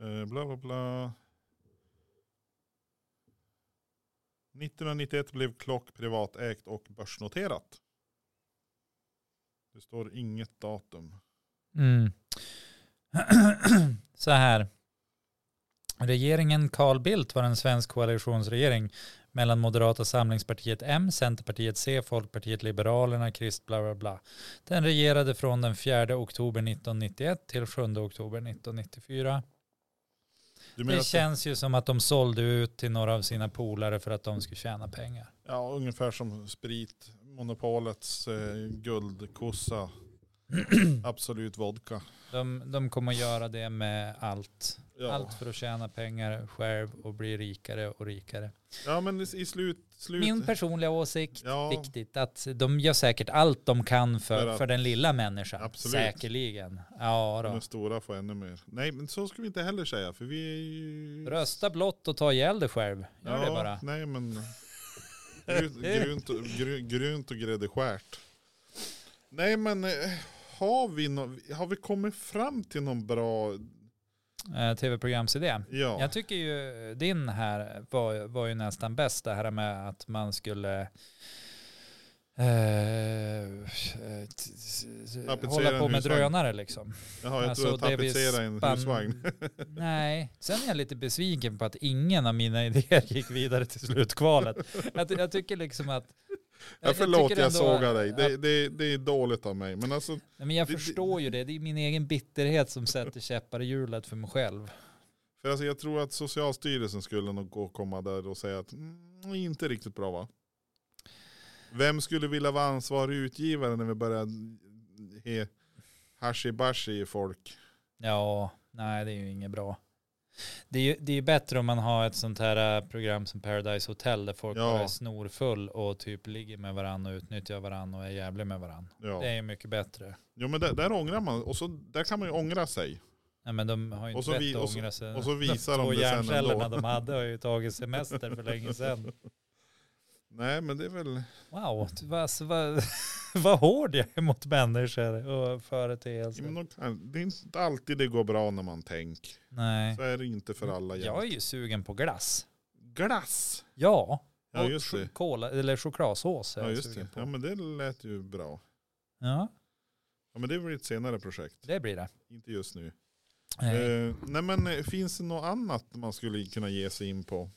S2: Eh, bla bla bla. 1991 blev Klock privatägt och börsnoterat. Det står inget datum.
S1: Mm. Så här. Regeringen Carl Bildt var en svensk koalitionsregering mellan Moderata samlingspartiet M, Centerpartiet C, Folkpartiet Liberalerna, Krist bla bla bla. Den regerade från den 4 oktober 1991 till 7 oktober 1994.
S2: Du menar
S1: Det
S2: att-
S1: känns ju som att de sålde ut till några av sina polare för att de skulle tjäna pengar.
S2: Ja, ungefär som spritmonopolets eh, guldkossa. Absolut vodka.
S1: De, de kommer att göra det med allt.
S2: Ja,
S1: Allt för att tjäna pengar själv och bli rikare och rikare.
S2: ja men i, i slut... slut
S1: Min personliga åsikt,
S2: ja,
S1: viktigt, att de gör säkert allt de kan för,
S2: För
S1: för,
S2: att-
S1: den lilla människan.
S2: Absolut.
S1: Säkerligen. Ja
S2: de
S1: då.
S2: stora får ännu mer. Nej, men så ska vi inte heller säga. För vi är ju...
S1: Rösta blått och ta ihjäl dig själv. Gör
S2: ja,
S1: det bara.
S2: Nej, men... gru- Grunt, och- gru- grunt och grädde skärt. Nej, men eh, har vi, nå- har vi kommit fram till någon bra...
S1: Eh, Tv-programsidé.
S2: Ja,
S1: Jag tycker ju din här var, var ju nästan bäst det här med att man skulle eh, eh, t- t-
S2: Tapetsera
S1: hålla
S2: en
S1: på med
S2: husvagn.
S1: drönare liksom.
S2: Jaha, jag
S1: alltså,
S2: tror att
S1: det vi
S2: tapetsera en
S1: spann-
S2: husvagn.
S1: Nej, sen är jag lite besviken på att ingen av mina idéer gick vidare till slutkvalet. Jag, ty- jag tycker liksom att...
S2: Ja, förlåt, jag,
S1: tycker ändå
S2: sågar dig. Det,
S1: att-
S2: det, det är dåligt av mig. Men alltså,
S1: Nej, men jag
S2: det- det-
S1: förstår ju det. Det är min egen bitterhet som sätter käppar i hjulet för mig själv.
S2: för alltså, jag tror att Socialstyrelsen skulle nog gå och komma där och säga att mm, inte riktigt bra va? Vem skulle vilja vara ansvarig utgivare när vi börjar he hashi-bashi i folk?
S1: Ja, nej det är ju inget bra. Det är ju det är ju bättre om man har ett sånt här eh, program som Paradise Hotel där folk
S2: Ja.
S1: bara är snorfull och typ ligger med varandra och utnyttjar varandra och är jävlig med varandra.
S2: Ja.
S1: Det är ju mycket bättre.
S2: Jo men där, där ångrar man, och så, där kan man ju ångra sig.
S1: Nej men de har ju
S2: Och
S1: inte
S2: så vi-
S1: rätt
S2: och
S1: att
S2: så-
S1: ångra sig.
S2: och så visar de
S1: de två
S2: det sen ändå.
S1: hjärncellerna de hade har ju tagit semester för länge sedan.
S2: Nej men det är väl,
S1: Wow, vad, vad, vad hård jag är mot människor och
S2: ja,
S1: företeelser.
S2: men de kan, det är inte alltid det går bra när man tänker.
S1: Nej.
S2: Så är det inte för alla.
S1: Mm. Jag
S2: Ja.
S1: är ju sugen på glass.
S2: Glass!
S1: Ja,
S2: Ja
S1: och
S2: just det.
S1: chokola, eller chokladsås är
S2: Ja,
S1: jag
S2: just
S1: sugen
S2: det.
S1: på.
S2: Ja men det lät ju bra.
S1: Ja,
S2: Ja men det blir ett senare projekt.
S1: det blir det.
S2: Inte just nu.
S1: Nej.
S2: Eh, nej men eh, finns det något annat man skulle kunna ge sig in på?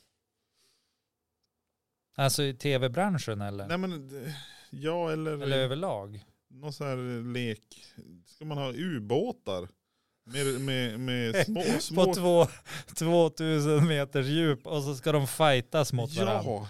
S1: Alltså i tv-branschen eller?
S2: Nej men eh, ja eller,
S1: eller
S2: eller...
S1: överlag?
S2: någon sån här eh, lek. Ska man ha ubåtar? Med, med, med små... små...
S1: På två, 2000 meters djup och så ska de fightas mot varandra.
S2: ja,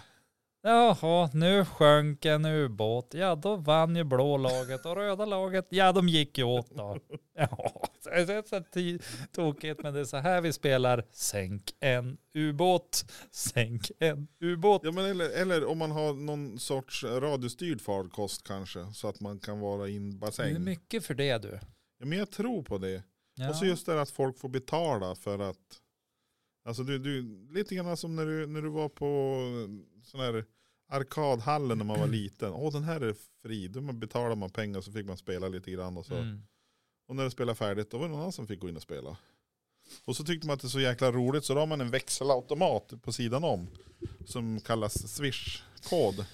S1: Jaha, nu sjönk en ubåt. Ja, då vann ju blå laget och röda laget, ja de gick ju åt då. Ja, det är så ti- tokigt men det är så här vi spelar. Sänk en ubåt, sänk en ubåt.
S2: ja men eller, eller om man har någon sorts radiostyrd farkost kanske. Så att man kan vara i en
S1: Det är
S2: bassäng.
S1: mycket för det du.
S2: Ja, men jag tror på det.
S1: Ja.
S2: Och så just det här att folk får betala för att, alltså du, du lite grann som när du, när du var på sån här arkadhallen när man var liten. Åh den här är fri, då man betalade man pengar så fick man spela lite grann och så.
S1: Mm.
S2: Och när det spelade färdigt då var det någon annan som fick gå in och spela. Och så tyckte man att det är så jäkla roligt så då har man en växelautomat på sidan om. Som kallas Swish-kod.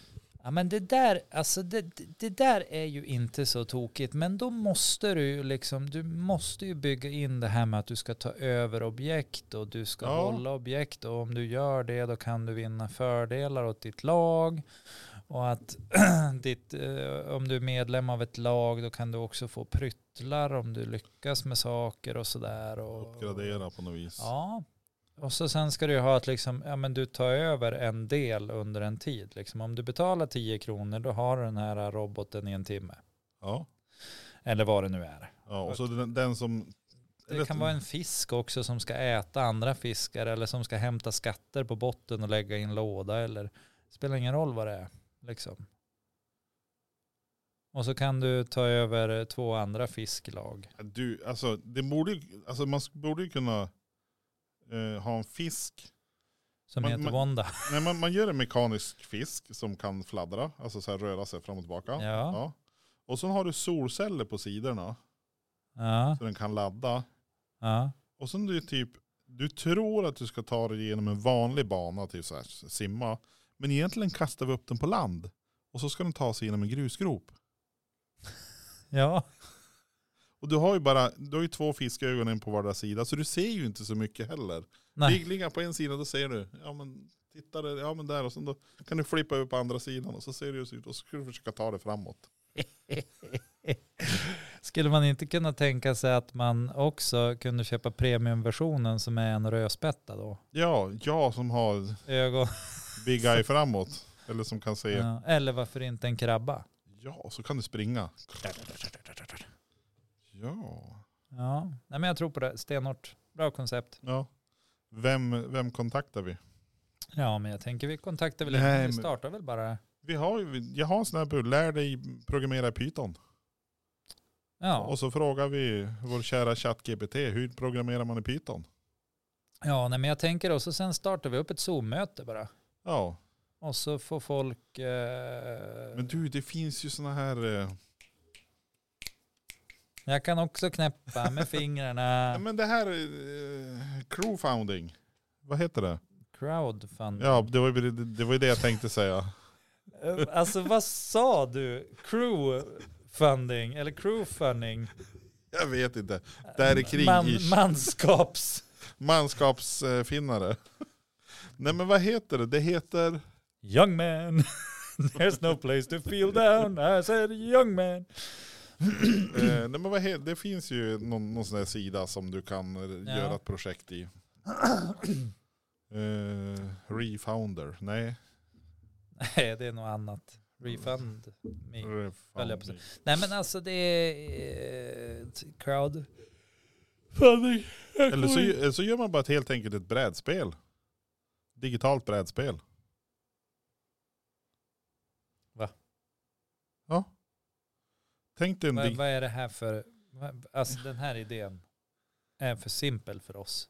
S1: Ja men det där, alltså det, det- det där är ju inte så tokigt. Men då måste du ju liksom, du måste ju bygga in det här med att du ska ta över objekt och du ska
S2: Ja.
S1: hålla objekt och om du gör det då kan du vinna fördelar åt ditt lag. Och att ditt, eh, om du är medlem av ett lag då kan du också få pryttlar om du lyckas med saker och sådär. Och,
S2: Uppgradera på något vis.
S1: Ja, och så sen ska du ju ha att liksom, ja, men du tar över en del under en tid. Liksom, om du betalar 10 kronor då har du den här roboten i en timme.
S2: Ja.
S1: Eller vad det nu är.
S2: ja. Och så den, den som...
S1: Det kan vara en fisk också som ska äta andra fiskar eller som ska hämta skatter på botten och lägga i en låda. Eller, spelar ingen roll vad det är. Liksom. Och så kan du ta över två andra fisklag.
S2: Du, alltså, det borde, ju- alltså man sk- borde ju kunna eh, ha en fisk.
S1: Som
S2: Man-
S1: heter
S2: man-
S1: Wonda.
S2: Nej, man, man gör en mekanisk fisk som kan fladdra, alltså så här röra sig fram och tillbaka.
S1: Ja.
S2: Ja. Och sen har du solceller på sidorna
S1: Ja,
S2: så den kan ladda.
S1: ja,
S2: Och sen du typ, du tror att du ska ta dig igenom en vanlig bana, typ så här simma. Men egentligen kastar vi upp den på land. Och så ska den ta sig igenom en grusgrop.
S1: ja.
S2: Och du har ju bara, du har ju två fiskögon en på vardera sida. Så du ser ju inte så mycket heller.
S1: Nej.
S2: Ligga på en sida, då ser du, ja men titta där, ja men där och sen då kan du flippa över på andra sidan och så ser det ut och så ska du försöka ta det framåt.
S1: Skulle man inte kunna tänka sig att man också kunde köpa premiumversionen som är en rödspätta då?
S2: Ja, jag som har
S1: Ögon.
S2: big eye framåt, eller som kan se,
S1: Ja. Eller varför inte en krabba?
S2: ja så kan du springa. Ja,
S1: Ja, Nej, men jag tror på det. Stenhårt. Bra koncept.
S2: ja. Vem, vem kontaktar vi?
S1: Ja, men jag tänker vi kontaktar väl
S2: Nej,
S1: inte.
S2: men-
S1: Vi startar väl bara.
S2: vi har, ju- jag har en sån här bud, lär dig programmera i Python.
S1: Ja,
S2: Och så frågar vi vår kära ChatGPT, hur programmerar man i Python?
S1: ja nej, men jag tänker också sen startar vi upp ett Zoom-möte bara.
S2: Ja,
S1: Och så får folk... Eh...
S2: men du det finns ju såna här eh,
S1: Jag kan också knäppa med
S2: Ja,
S1: fingrarna.
S2: men det här eh, crowfounding. Vad heter det?
S1: Crowdfunding.
S2: Ja, det var ju det, det, var ju det jag tänkte säga.
S1: Eh, Alltså vad sa du? Crewfunding eller crewfunding?
S2: Jag vet inte. Det här är krig ish.
S1: Manskaps...
S2: Manskapsfinnare. Nej men vad heter det? Det heter...
S1: Young man, there's no place to feel down. I said young man.
S2: Eh, nej, men vad heter det finns ju någon, någon sån här sida som du kan eh,
S1: Ja.
S2: göra ett projekt i. Eh, refounder. Nej.
S1: Nej, det är något annat. Refund me. Höll jag på att
S2: Refounding.
S1: Nej men alltså det är eh, crowd. Funding. Jag
S2: Eller så,
S1: kommer-
S2: eller så gör man bara ett, helt enkelt ett brädspel. Digitalt brädspel.
S1: Va?
S2: Ja. Tänk dig en
S1: vad,
S2: dig-
S1: vad är det här för... vad- Alltså den här idén är för simpel för oss.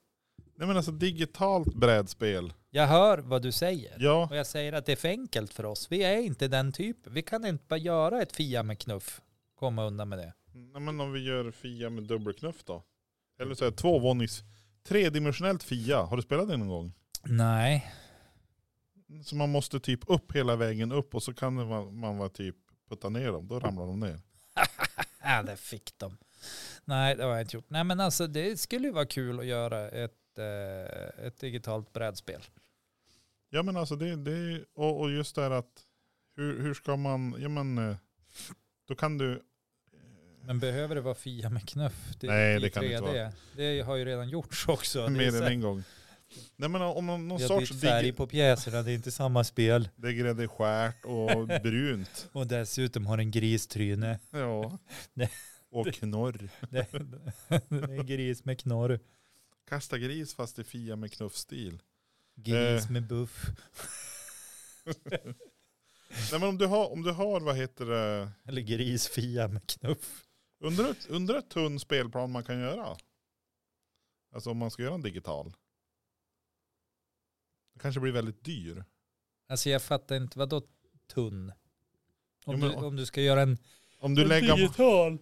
S2: Nej, men alltså digitalt brädspel.
S1: Jag hör vad du säger.
S2: Ja,
S1: Och jag säger att det är för enkelt för oss. Vi är inte den typen. Vi kan inte bara göra ett Fia med knuff. Komma undan med det.
S2: Nej, men om vi gör Fia med dubbelknuff då. Eller så här tvåvånings... Tredimensionellt Fia, har du spelat det någon gång?
S1: Nej.
S2: Så man måste typ upp hela vägen upp och så kan det vara- man vara typ putta ner dem, då ramlar de ner.
S1: Ah, det fick de. Nej, det har jag inte gjort. Nej, men alltså det skulle ju vara kul att göra ett, eh, ett digitalt brädspel.
S2: Ja men alltså det, det och, och just det här att hur, hur ska man, ja men eh, då kan du, eh,
S1: Men behöver det vara Fia med knuff? Det,
S2: Nej,
S1: i
S2: det kan det inte
S1: 3D? Det har ju redan gjorts också. Det är
S2: mer än
S1: så-
S2: en gång. Nej men om någon, någon
S1: Vi har
S2: sorts
S1: bytt färg
S2: dig,
S1: på pjäserna, det är inte samma spel.
S2: det är gräddskärt och brunt.
S1: Och dessutom har en gristryne.
S2: Ja.
S1: Nej.
S2: Och knorr.
S1: Det, det är en gris med
S2: Eh.
S1: knorr,
S2: Kasta gris fast i Fia med knuffstil.
S1: gris
S2: Eh.
S1: med buff.
S2: Nej men om du har, om du har vad heter det,
S1: Eller grisfia med knuff.
S2: undrar undra ett tunn spelplan man kan göra. Alltså om man ska göra en digital. Det kanske blir väldigt dyr.
S1: Alltså jag fattar inte, vadå tunn. Om,
S2: Jo, men-
S1: du, om du ska göra en,
S2: Om du
S1: en
S2: lägger...
S1: digital,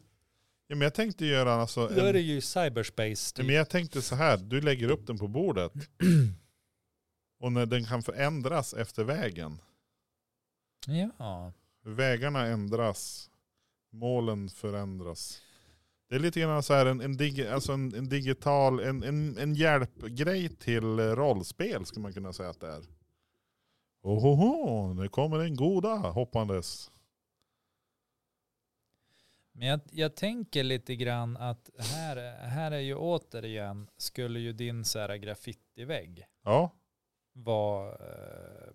S2: Ja, men jag tänkte göra alltså...
S1: då är
S2: En,
S1: det ju cyberspace.
S2: ja,
S1: Typ.
S2: men jag tänkte så här, du lägger upp den på bordet. Och när den kan förändras efter vägen.
S1: Ja,
S2: Vägarna ändras. Målen förändras. Det är lite grann så här en, en, dig, alltså en, en digital, en, en, en hjälpgrej till eh, rollspel skulle man kunna säga att det är. Ohoho, nu kommer den goda hoppandes.
S1: men jag, jag tänker lite grann att här, här är ju återigen, skulle ju din så här graffitivägg
S2: Ja,
S1: vara eh,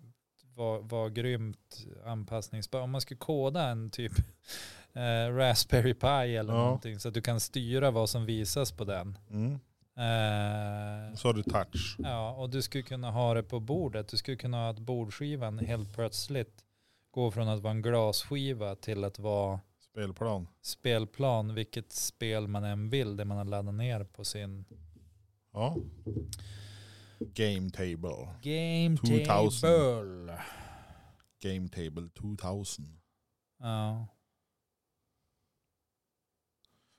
S1: var, var grymt anpassningsbar. Om man skulle koda en typ eh, Raspberry Pi eller
S2: Ja.
S1: någonting så att du kan styra vad som visas på den.
S2: mm.
S1: Eh,
S2: så har du touch.
S1: ja, och du skulle kunna ha det på bordet. Du skulle kunna ha att bordskivan helt plötsligt går från att vara en glasskiva till att vara
S2: Spelplan.
S1: spelplan, vilket spel man än vill, det man har laddat ner på sin
S2: Ja. Game table.
S1: game
S2: 2000.
S1: table.
S2: Game table 2000.
S1: Ja.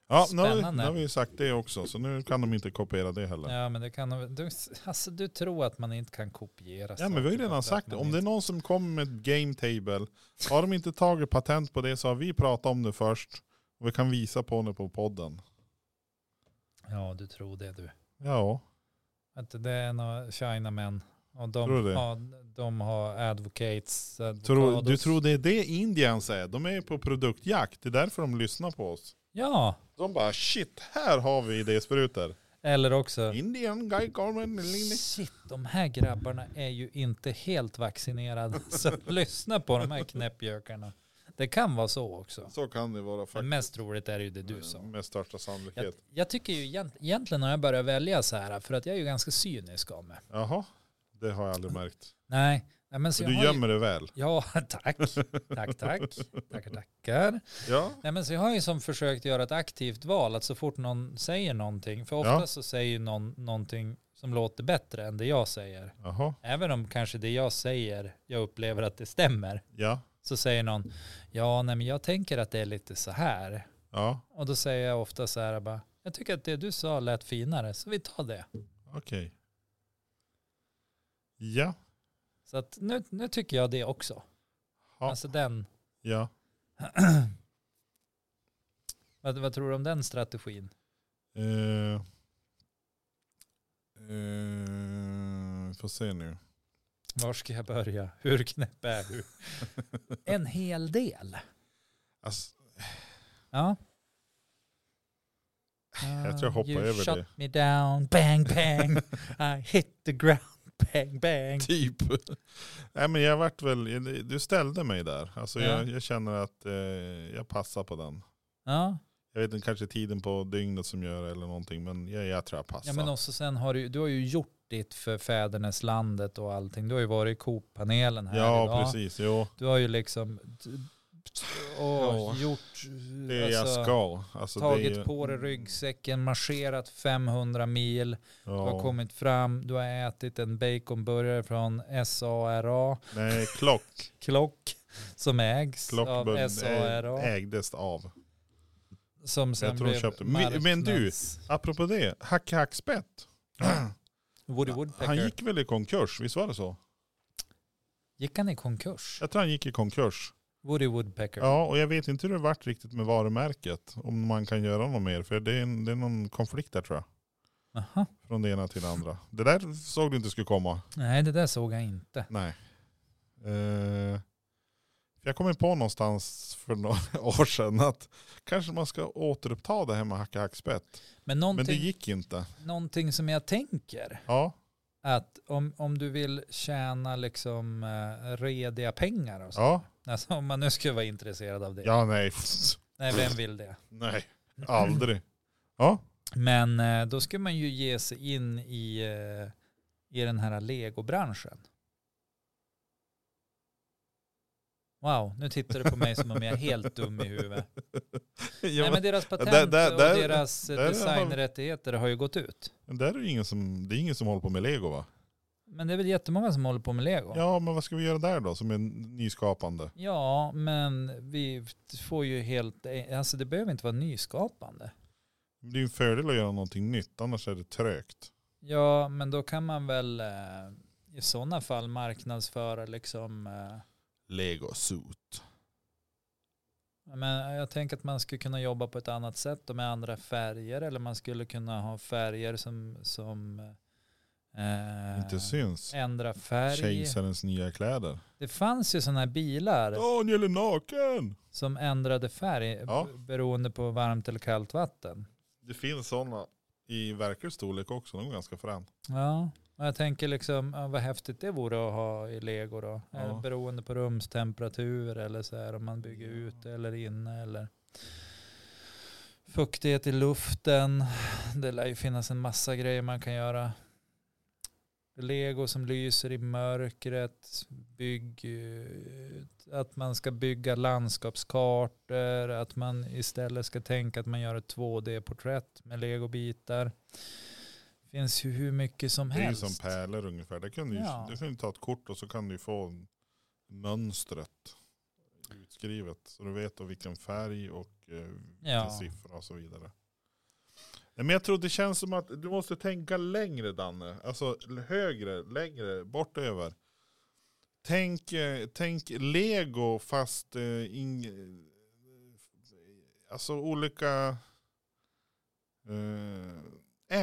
S2: Ja, nu har, vi,
S1: Spännande.
S2: nu har vi sagt det också, så nu kan de inte kopiera det heller.
S1: ja, men det kan de- du, alltså, du tror att man inte kan kopiera
S2: Ja men vi har ju
S1: saker
S2: redan
S1: för att
S2: sagt det.
S1: man
S2: Om det är
S1: inte-
S2: någon som kommer med ett game table, har de inte tagit patent på det så har vi pratat om det först. Och vi kan visa på det på podden.
S1: Ja, du tror det du.
S2: Ja,
S1: Att det är några Chinamän. Och
S2: Tror
S1: de,
S2: du det?
S1: ja, de har advocates.
S2: tror,
S1: advocados.
S2: du tror det är det Indians är? De är på produktjakt, det är därför de lyssnar på oss.
S1: Ja,
S2: De bara shit, här har vi idésprutor.
S1: eller också.
S2: Indian guy Garmin Lini.
S1: Shit, de här grabbarna är ju inte helt vaccinerade. Så lyssna på de här knäppjökarna. Det kan vara så också.
S2: Så kan det vara
S1: Men
S2: faktiskt.
S1: mest roligt är det ju det du sa.
S2: Med största
S1: Jag,
S2: sannolikhet.
S1: jag tycker ju egent- egentligen har jag börjat välja så här, för att jag är ju ganska cynisk av mig.
S2: Jaha, det har jag aldrig märkt.
S1: Nej, nej men så
S2: Så
S1: jag
S2: du
S1: har ju,
S2: gömmer det väl?
S1: Ja, tack. Tack, tack. Tackar, tackar.
S2: Ja,
S1: Nej, men så jag har ju som försökt göra ett aktivt val, att så fort någon säger någonting, för ofta
S2: Ja.
S1: så säger någon någonting som låter bättre än det jag säger.
S2: jaha,
S1: Även om kanske det jag säger, jag upplever att det stämmer,
S2: ja,
S1: så säger någon, ja, nej, men jag tänker att det är lite så här.
S2: ja,
S1: Och då säger jag ofta så här, bara, jag tycker att det du sa lät finare, så vi tar det.
S2: okej. Ja,
S1: Så att nu, nu tycker jag det också.
S2: ha,
S1: Alltså den,
S2: ja.
S1: vad, vad tror du om den strategin?
S2: Eh, eh, får se nu.
S1: Var ska jag börja? Hur knäpp är du? En hel del.
S2: Alltså,
S1: Ja. Ah,
S2: jag tror jag hoppar
S1: you
S2: över
S1: shot
S2: det.
S1: me down, bang bang. I hit the ground, bang bang.
S2: typ. Nej men jag vart väl, du ställde mig där. Alltså
S1: Ja.
S2: jag, jag känner att eh, jag passar på den.
S1: Ja,
S2: Jag vet inte, kanske tiden på dygnet som gör det eller någonting. Men jag, jag tror jag passar.
S1: ja men också sen har du, du har ju gjort ditt för fäderneslandet och allting. Du har ju varit i Coop-panelen här
S2: ja
S1: idag.
S2: precis, jo.
S1: Du har ju liksom åh,
S2: Ja.
S1: gjort...
S2: Det är jag ska. Alltså,
S1: tagit
S2: det är,
S1: på dig ryggsäcken, marscherat 500 mil, du har
S2: Ja.
S1: kommit fram, du har ätit en baconburgare från SARA
S2: Nej, klock.
S1: Klock som ägs av
S2: Klockbund
S1: SARA.
S2: ägdes av.
S1: som sen
S2: eh, Jag tror de
S1: blev
S2: köpte- Men- men du-
S1: marknads-
S2: Apropå det, Hacke Hackspett.
S1: Woody Woodpecker.
S2: Han gick väl i konkurs, visst var det så?
S1: Gick han i konkurs?
S2: Jag tror han gick i konkurs.
S1: Woody Woodpecker.
S2: Ja, och jag vet inte hur det varit riktigt med varumärket. Om man kan göra något mer. För det är, en, det är någon konflikt där tror jag.
S1: Aha.
S2: Från det ena till det andra. Det där såg du inte skulle komma.
S1: Nej, det där såg jag inte.
S2: Nej. Eh, för jag kom på någonstans för några år sedan att kanske man ska återuppta det här med hacka hackspett.
S1: Men
S2: Men det
S1: någonting,
S2: gick inte.
S1: någonting som jag tänker
S2: Ja,
S1: att om, om du vill tjäna liksom eh, rediga pengar och så,
S2: ja,
S1: alltså om man nu skulle vara intresserad av det.
S2: ja nej.
S1: Nej, vem vill det?
S2: Nej, aldrig. Ja,
S1: Men eh, då ska man ju ge sig in i, eh, i den här legobranschen. Wow, nu tittar du på mig som om jag är helt dum i huvudet.
S2: ja
S1: Nej
S2: men,
S1: men deras patent
S2: där- där-
S1: och
S2: där-
S1: deras eh,
S2: där har-
S1: designrättigheter har ju gått ut.
S2: det är ju ingen som, det är ingen som håller på med lego va?
S1: Men det är väl jättemånga som håller på med lego.
S2: Ja, men vad ska vi göra där då som är nyskapande?
S1: Ja, men vi får ju helt, alltså det behöver inte vara nyskapande.
S2: Det är ju en fördel att göra någonting nytt, annars är det trögt.
S1: Ja, men då kan man väl eh, i sådana fall marknadsföra liksom, eh,
S2: Lego suit.
S1: ja, men jag tänker att man skulle kunna jobba på ett annat sätt och med andra färger eller man skulle kunna ha färger som, som eh,
S2: Inte syns.
S1: ändra färg.
S2: Kejsarens nya kläder.
S1: Det fanns ju sådana här bilar
S2: Daniel är naken!
S1: som ändrade färg
S2: Ja.
S1: b- beroende på varmt eller kallt vatten.
S2: Det finns sådana i verklig storlek också. De är ganska frän.
S1: Ja, och jag tänker liksom ja, vad häftigt det vore att ha i lego då.
S2: Ja.
S1: Eh, Beroende på rumstemperatur eller så här om man bygger ut eller inne eller fuktighet i luften. Det lär ju finnas en massa grejer man kan göra. Lego som lyser i mörkret, bygg, eh, att man ska bygga landskapskartor, att man istället ska tänka att man gör ett 2D-porträtt med legobitar. Det finns ju hur mycket som
S2: Det är ju
S1: helst.
S2: som pärlor ungefär. Där kan du, ju-
S1: Ja.
S2: du kan ju ta ett kort och så kan du ju få mönstret utskrivet. Så du vet då vilken färg och eh, vilken
S1: Ja.
S2: siffra och så vidare. Nej, Men jag tror det känns som att du måste tänka längre Danne. Alltså l- högre, längre, bortöver. Tänk, eh, tänk lego fast eh, in, eh, alltså olika eh,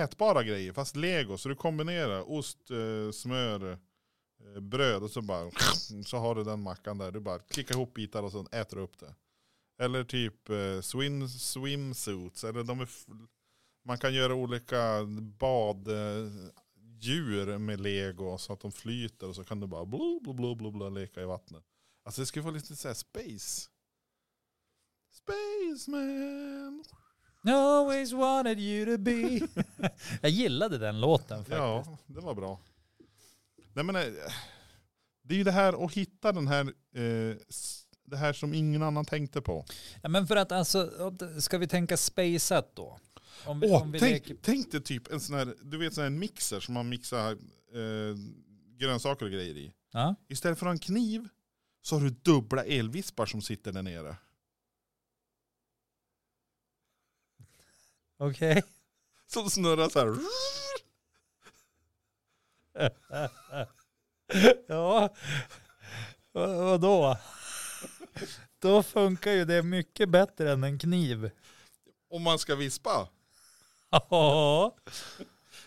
S2: ätbara grejer, fast lego. Så du kombinerar ost, eh, smör, eh, bröd och så bara så har du den mackan där. Du bara klickar ihop bitar och så äter du upp det. Eller typ eh, swim, swimsuits. Eller de är f- man kan göra olika baddjur med lego så att de flyter och så kan du bara blu, blu, blu, blu, blu, leka i vattnet. Alltså det ska vara lite såhär space. Spaceman!
S1: Always wanted you to be. jag gillade den låten faktiskt.
S2: Ja, det var bra. Nej, men, eh, det är ju det här att hitta den här, eh, s- det här som ingen annan tänkte på.
S1: Ja, men för att alltså, om det- ska vi tänka spaceat då? Om vi,
S2: Åh,
S1: om vi
S2: tänk,
S1: leker-
S2: tänk dig typ en sån här, du vet sån här mixer som man mixar eh, grönsaker och grejer i.
S1: Ja.
S2: Istället för att ha en kniv så har du dubbla elvispar som sitter där nere.
S1: Okej.
S2: Som snurrar så här.
S1: ja, vad, vadå? Då funkar ju det mycket bättre än en kniv.
S2: Om man ska vispa.
S1: Ja.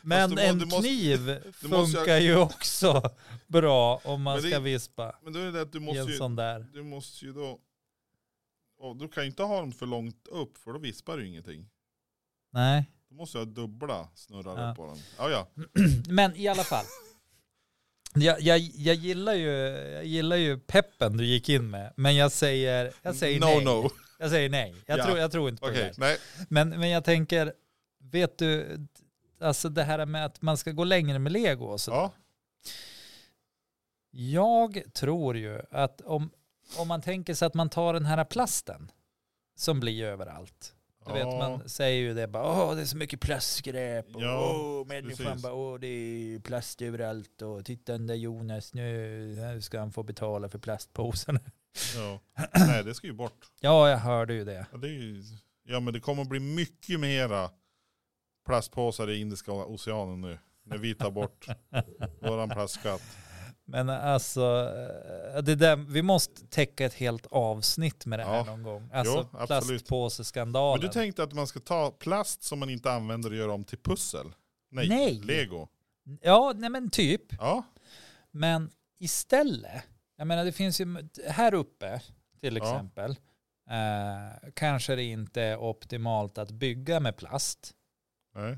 S1: Men
S2: Fast du må-
S1: en
S2: du måste-
S1: kniv funkar
S2: måste jag-
S1: ju också bra om man
S2: Men det-
S1: ska vispa
S2: Men då är det att du
S1: i
S2: måste
S1: en
S2: ju,
S1: sån där.
S2: du måste ju då, och du kan ju inte ha dem för långt upp för då vispar du ingenting.
S1: Nej.
S2: Då måste jag ha dubbla snurrar
S1: Ja.
S2: upp på den. Ja, ja.
S1: Men i alla fall. Jag, jag, jag, gillar ju, jag gillar ju peppen du gick in med, men jag säger, jag säger
S2: no,
S1: nej.
S2: no.
S1: Jag säger nej. Jag,
S2: Ja.
S1: tror, jag tror inte på
S2: Okej,
S1: det där.
S2: nej.
S1: Men, men jag tänker, vet du, alltså det här med att man ska gå längre med lego och så.
S2: Ja,
S1: Jag tror ju att om, om man tänker sig att man tar den här plasten som blir överallt. Du vet,
S2: Ja.
S1: man säger ju det bara, åh det är så mycket plastskräp och
S2: Ja,
S1: åh, människan
S2: precis.
S1: bara, åh det är plast överallt och titta den där Jonas, nu, nu ska han få betala för plastpåsarna.
S2: ja. Nej, det ska ju bort.
S1: Ja, jag hörde ju det.
S2: Ja, det är ju, ja men det kommer bli mycket mera plastpåsar i Indiska oceanen nu. När vi tar bort våran plastskatt.
S1: Men alltså, eh, det där, vi måste täcka ett helt avsnitt med det här
S2: Ja.
S1: någon gång. Alltså
S2: absolut. Men
S1: plastpåseskandalen.
S2: du tänkte att man ska ta plast som man inte använder och göra om till pussel? Nej,
S1: Nej.
S2: lego.
S1: Ja, nej men typ.
S2: Ja,
S1: Men istället, jag menar det finns ju, här uppe till
S2: Ja.
S1: exempel, eh, kanske det inte är optimalt att bygga med plast.
S2: nej.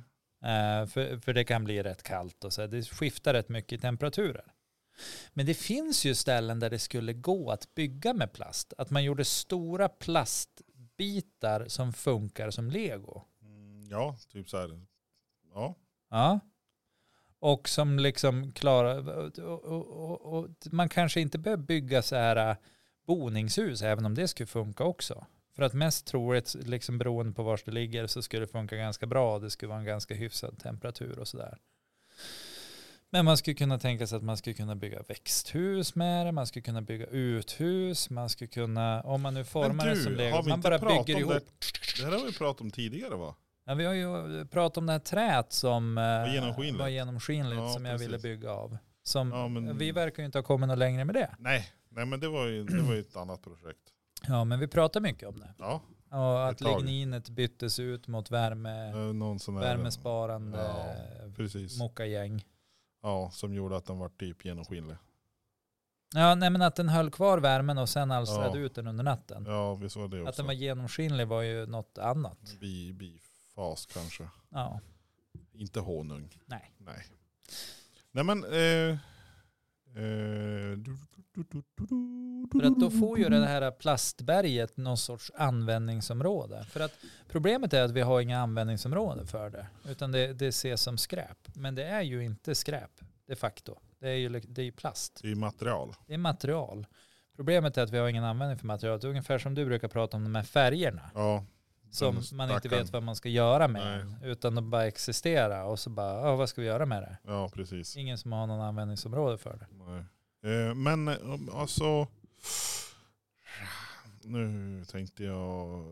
S1: Eh, för, för det kan bli rätt kallt och så, här. det skiftar rätt mycket i temperaturer. Men det finns ju ställen där det skulle gå att bygga med plast. Att man gjorde stora plastbitar som funkar som lego.
S2: Mm, ja typ så här. Ja,
S1: Ja. Och som liksom klarar, och, och, och, och man kanske inte behöver bygga så här äh, boningshus även om det skulle funka också. För att mest troligt, liksom beroende på var det ligger, så skulle det funka ganska bra. Det skulle vara en ganska hyfsad temperatur och sådär. Men man skulle kunna tänka sig att man skulle kunna bygga växthus med det, man skulle kunna bygga uthus, man skulle kunna, om man nu formar det
S2: du,
S1: som
S2: har
S1: lego,
S2: vi
S1: man
S2: inte
S1: bara
S2: pratat
S1: bygger
S2: om det?
S1: ihop.
S2: Det här har vi pratat om tidigare va?
S1: Ja, vi har ju eh, pratat om det här träet som eh,
S2: genomskinligt.
S1: var genomskinligt
S2: Ja,
S1: som jag ville
S2: precis.
S1: bygga av. Som,
S2: Ja, men-
S1: Mm. Vi verkar ju inte ha kommit något längre med det.
S2: Nej, nej men det var ju, det var ju ett annat projekt.
S1: Ja, men vi pratar mycket om det.
S2: Ja,
S1: Och att
S2: Ett tag.
S1: ligninet byttes ut mot värme,
S2: eh, någon sån här.
S1: värmesparande
S2: Ja, Precis.
S1: mockagäng.
S2: Ja, som gjorde att den var typ genomskinlig.
S1: Ja, nej men att den höll kvar värmen och sen alstrade
S2: Ja.
S1: ut den under natten.
S2: Ja, visst var det också. Mm.
S1: Att den var genomskinlig var ju något annat.
S2: Bi, bifas kanske.
S1: Ja.
S2: Inte honung.
S1: Nej.
S2: Nej, nej men. Eh, eh, du- du- du- du- du-
S1: För att då får ju det här plastberget någon sorts användningsområde. För att problemet är att vi har inga användningsområden för det. Utan det, det ses som skräp. Men det är ju inte skräp de facto. Det är ju lik- det är ju plast.
S2: Det är ju material.
S1: Det är material. Problemet är att vi har ingen användning för materialet. Det är ungefär som du brukar prata om de här färgerna.
S2: Ja,
S1: Som
S2: Den
S1: man inte
S2: stackaren.
S1: vet vad man ska göra med. Utan de bara existerar. Och så bara, ja vad ska vi göra med det?
S2: ja precis.
S1: Ingen som har någon användningsområde för det.
S2: Nej. Eh, men eh, om- alltså. Nu tänkte jag.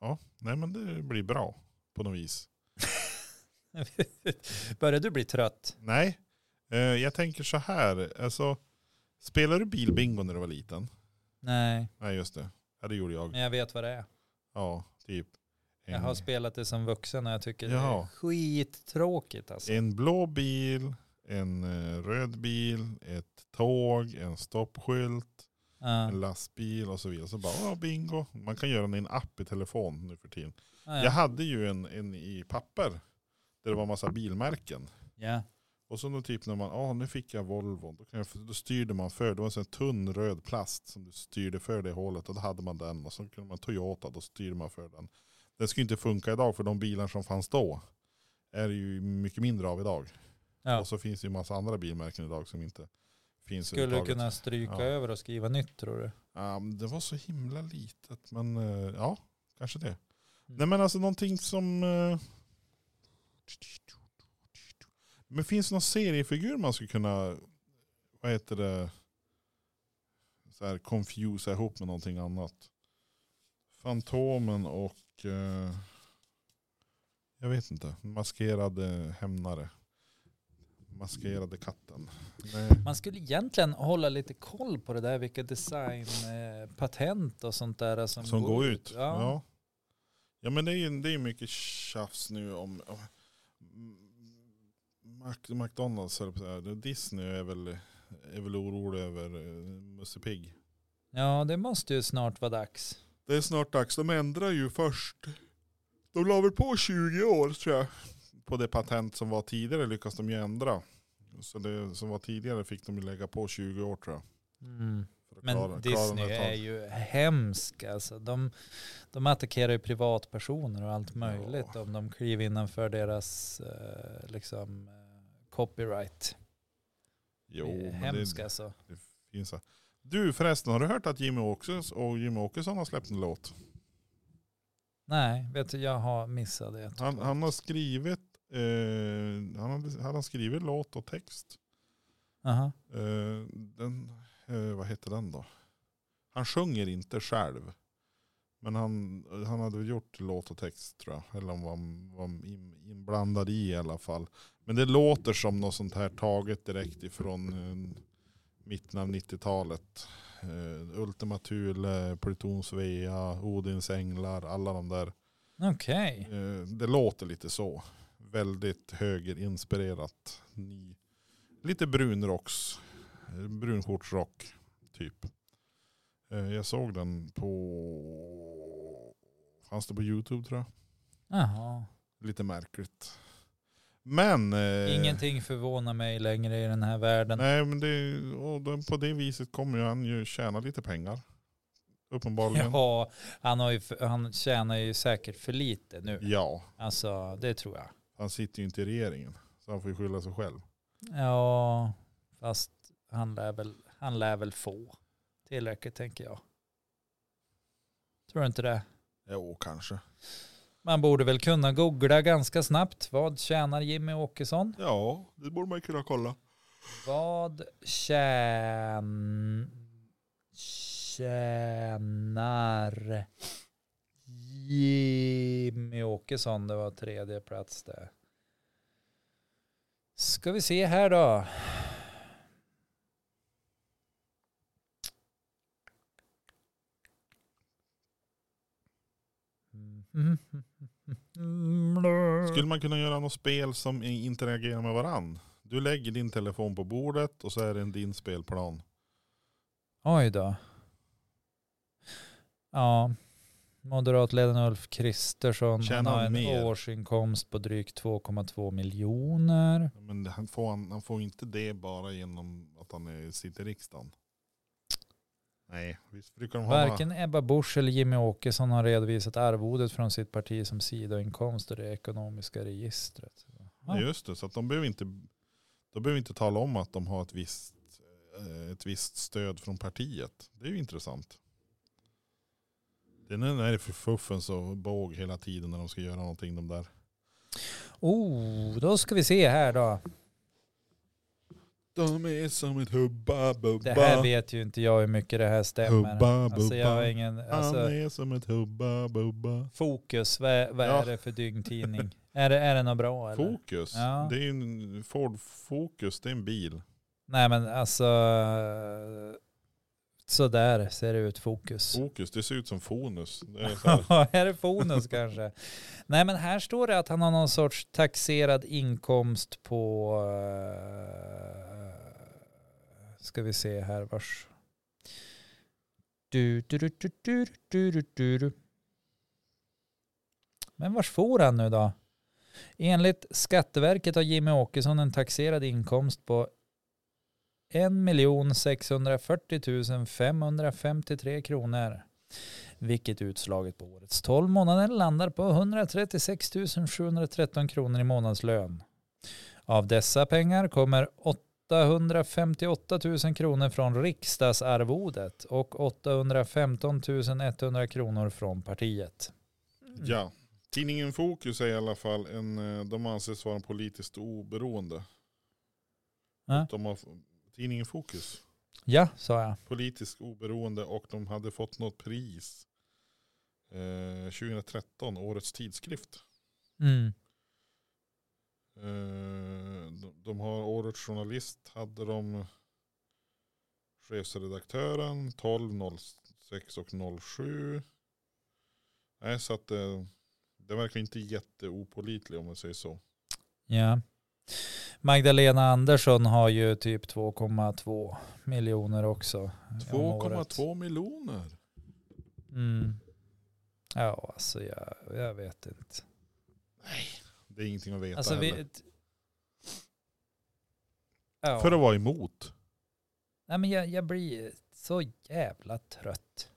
S2: Ja, nej men det blir bra på något vis.
S1: Börjar du bli trött?
S2: Nej, eh, jag tänker så här. Alltså, spelade du bilbingo när du var liten?
S1: Nej,
S2: Nej, just det. Ja, det gjorde jag.
S1: men jag vet vad det är.
S2: Ja, typ.
S1: Jag har
S2: En,
S1: spelat det som vuxen och jag tycker det är
S2: Jaha.
S1: skittråkigt alltså.
S2: en blå bil, en eh, röd bil, ett tåg, en stoppskylt,
S1: Ja.
S2: en lastbil och så vidare. Så bara, åh, bingo. Man kan göra den i en app i telefon nu för tiden.
S1: Ja,
S2: Jag
S1: ja.
S2: hade ju en, en i papper där det var massa bilmärken.
S1: Ja.
S2: Och så då typ när man, ah nu fick jag Volvo, då, kan jag, då styrde man för, det var en sån här tunn röd plast som du styrde för det hålet och då hade man den och så kunde man Toyota, då styrde man för den. Den skulle inte funka idag för de bilar som fanns då är det ju mycket mindre av idag.
S1: Ja.
S2: Och så finns det ju massa andra bilmärken idag som inte finns
S1: Skulle du
S2: överhuvudtaget.
S1: kunna stryka
S2: Ja.
S1: över och skriva nytt tror du?
S2: Ja, men det var så himla litet, men eh, ja, kanske det.
S1: Mm.
S2: Nej men alltså någonting som... eh, Men finns det någon seriefigur man skulle kunna, vad heter det, så här confusa ihop med någonting annat? Fantomen och, eh, jag vet inte, maskerade hämnare. Maskerade katten. Nej.
S1: Man skulle egentligen hålla lite koll på det där, vilka designpatent och sånt där som,
S2: Som går ut.
S1: Ja.
S2: Ja. Ja. men det är ju det är ju mycket tjafs nu om... om Mac, McDonalds höll jag på att säga. Disney är väl, är väl orolig över eh, Musse Pigg.
S1: Ja, det måste ju snart vara dags.
S2: Det är snart dags. De ändrar ju först. De la väl på 20 år tror jag. På det patent som var tidigare lyckas de ju ändra. Så det som var tidigare fick de ju lägga på 20 år tror jag. för att
S1: Men
S2: klara- klara den
S1: Disney
S2: här
S1: är
S2: tag-
S1: ju hemsk alltså. De, de attackerar ju privatpersoner och allt möjligt om de kliver innanför deras eh, liksom, eh, copyright.
S2: Jo,
S1: det är
S2: men det,
S1: hemskt alltså.
S2: Det finns så. Du förresten, har du hört att Jimmy Åkesson och Jimmy Åkesson har släppt en låt?
S1: Nej, vet du, jag har missat det.
S2: Han, han har skrivit eh, han har, han har skrivit låt och text.
S1: Aha.
S2: Eh, den, eh, vad heter den då? Han sjunger inte själv. Men han, han hade väl gjort låt och text tror jag. Eller om han var in- inblandad i i alla fall. Men det låter som något sånt här taget direkt ifrån eh, mitten av 90-talet. Eh, Ultima Thule, Plutons Svea, Odins Änglar, alla de där.
S1: Okej.
S2: Eh, Det låter lite så. Väldigt högerinspirerat. Ny. Lite brunrocks. eh, Brunskjortsrock typ. Eh, Jag såg den på... Fanns det på YouTube tror jag.
S1: Jaha.
S2: Lite märkligt. Men... eh,
S1: Ingenting förvånar mig längre i den här världen.
S2: Nej men det, och då- på det viset kommer ju han ju tjäna lite pengar. Uppenbarligen. Ja.
S1: Ja, han, har ju, för- han tjänar ju säkert för lite nu.
S2: ja.
S1: Alltså, det tror jag.
S2: Han sitter ju inte i regeringen. Så han får ju skylla sig själv.
S1: Ja, fast han lär väl, han lär väl få tillräckligt tänker jag. Tror du inte det?
S2: Jo kanske.
S1: Man borde väl kunna googla ganska snabbt. Vad tjänar Jimmy Åkesson?
S2: Ja det borde man ju kunna kolla.
S1: Vad tjän... tjänar Jimmy Åkesson? Det var tredje plats där. Ska vi se här då. Mm.
S2: Skulle man kunna göra något spel som interagerar med varann? Du lägger din telefon på bordet och så är det en din spelplan.
S1: Oj då. Ja, moderatledaren Ulf Kristersson han
S2: Tjänar
S1: har
S2: han
S1: en
S2: mer?
S1: årsinkomst på drygt 2,2 miljoner.
S2: Men det- han får, han, han får inte det bara genom att han är, sitter i riksdagen. Nej, visst brukar de ha några-
S1: Varken Ebba Busch eller Jimmy Åkesson har redovisat arvodet från sitt parti som sidoinkomst i det ekonomiska registret.
S2: Ja, Just det, så att de behöver inte, de behöver inte tala om att de har ett visst, eh, ett visst stöd från partiet. Det är ju intressant. Det är när det är för fuffens och båg hela tiden när de ska göra någonting de där.
S1: Oh, då ska vi se här då.
S2: De är som ett hubba bubba.
S1: Det här vet ju inte jag hur mycket det här stämmer.
S2: Hubba,
S1: Alltså jag har
S2: bubba.
S1: ingen...
S2: Han
S1: Alltså,
S2: är som ett hubba bubba.
S1: fokus, vad, vad
S2: Ja.
S1: är det för dygntidning? är, det, är det något bra eller?
S2: Fokus.
S1: Ja.
S2: Det är ju en Ford Focus, det är en bil.
S1: Nej men alltså, sådär ser det ut fokus.
S2: Fokus, det ser ut som Fonus. Det är så här.
S1: är det Fonus kanske? Nej men här står det att han har någon sorts taxerad inkomst på, eh, ska vi se här vars. Du, du, du, du, du, du, du, du, du. Men vars får han nu då? Enligt Skatteverket har Jimmy Åkesson en taxerad inkomst på 1 640 553 kronor. Vilket utslaget på årets 12 månader landar på 136 713 kronor i månadslön. Av dessa pengar kommer 858 000 kronor från riksdagsarvodet och 815 100 kronor från partiet. Mm.
S2: Ja, tidningen Fokus är i alla fall en, eh, de anses vara politiskt oberoende.
S1: Ja.
S2: De har, f- tidningen Fokus,
S1: Ja, sa jag.
S2: politiskt oberoende och de hade fått något pris eh, 2013, årets tidskrift.
S1: Mm.
S2: Eh, de, de har årets journalist, hade de chefsredaktören 1206 och 07. Nej, så att eh, den verkar inte jätteopolitlig om man säger så.
S1: Ja. Magdalena Andersson har ju typ 2,2 miljoner också. om året.
S2: 2,2 miljoner.
S1: Mm. Ja, alltså jag, jag vet inte.
S2: Det är ingenting att veta
S1: Alltså, vi,
S2: heller.
S1: ett- ja.
S2: För att vara emot.
S1: Nej, men jag, jag blir så jävla trött.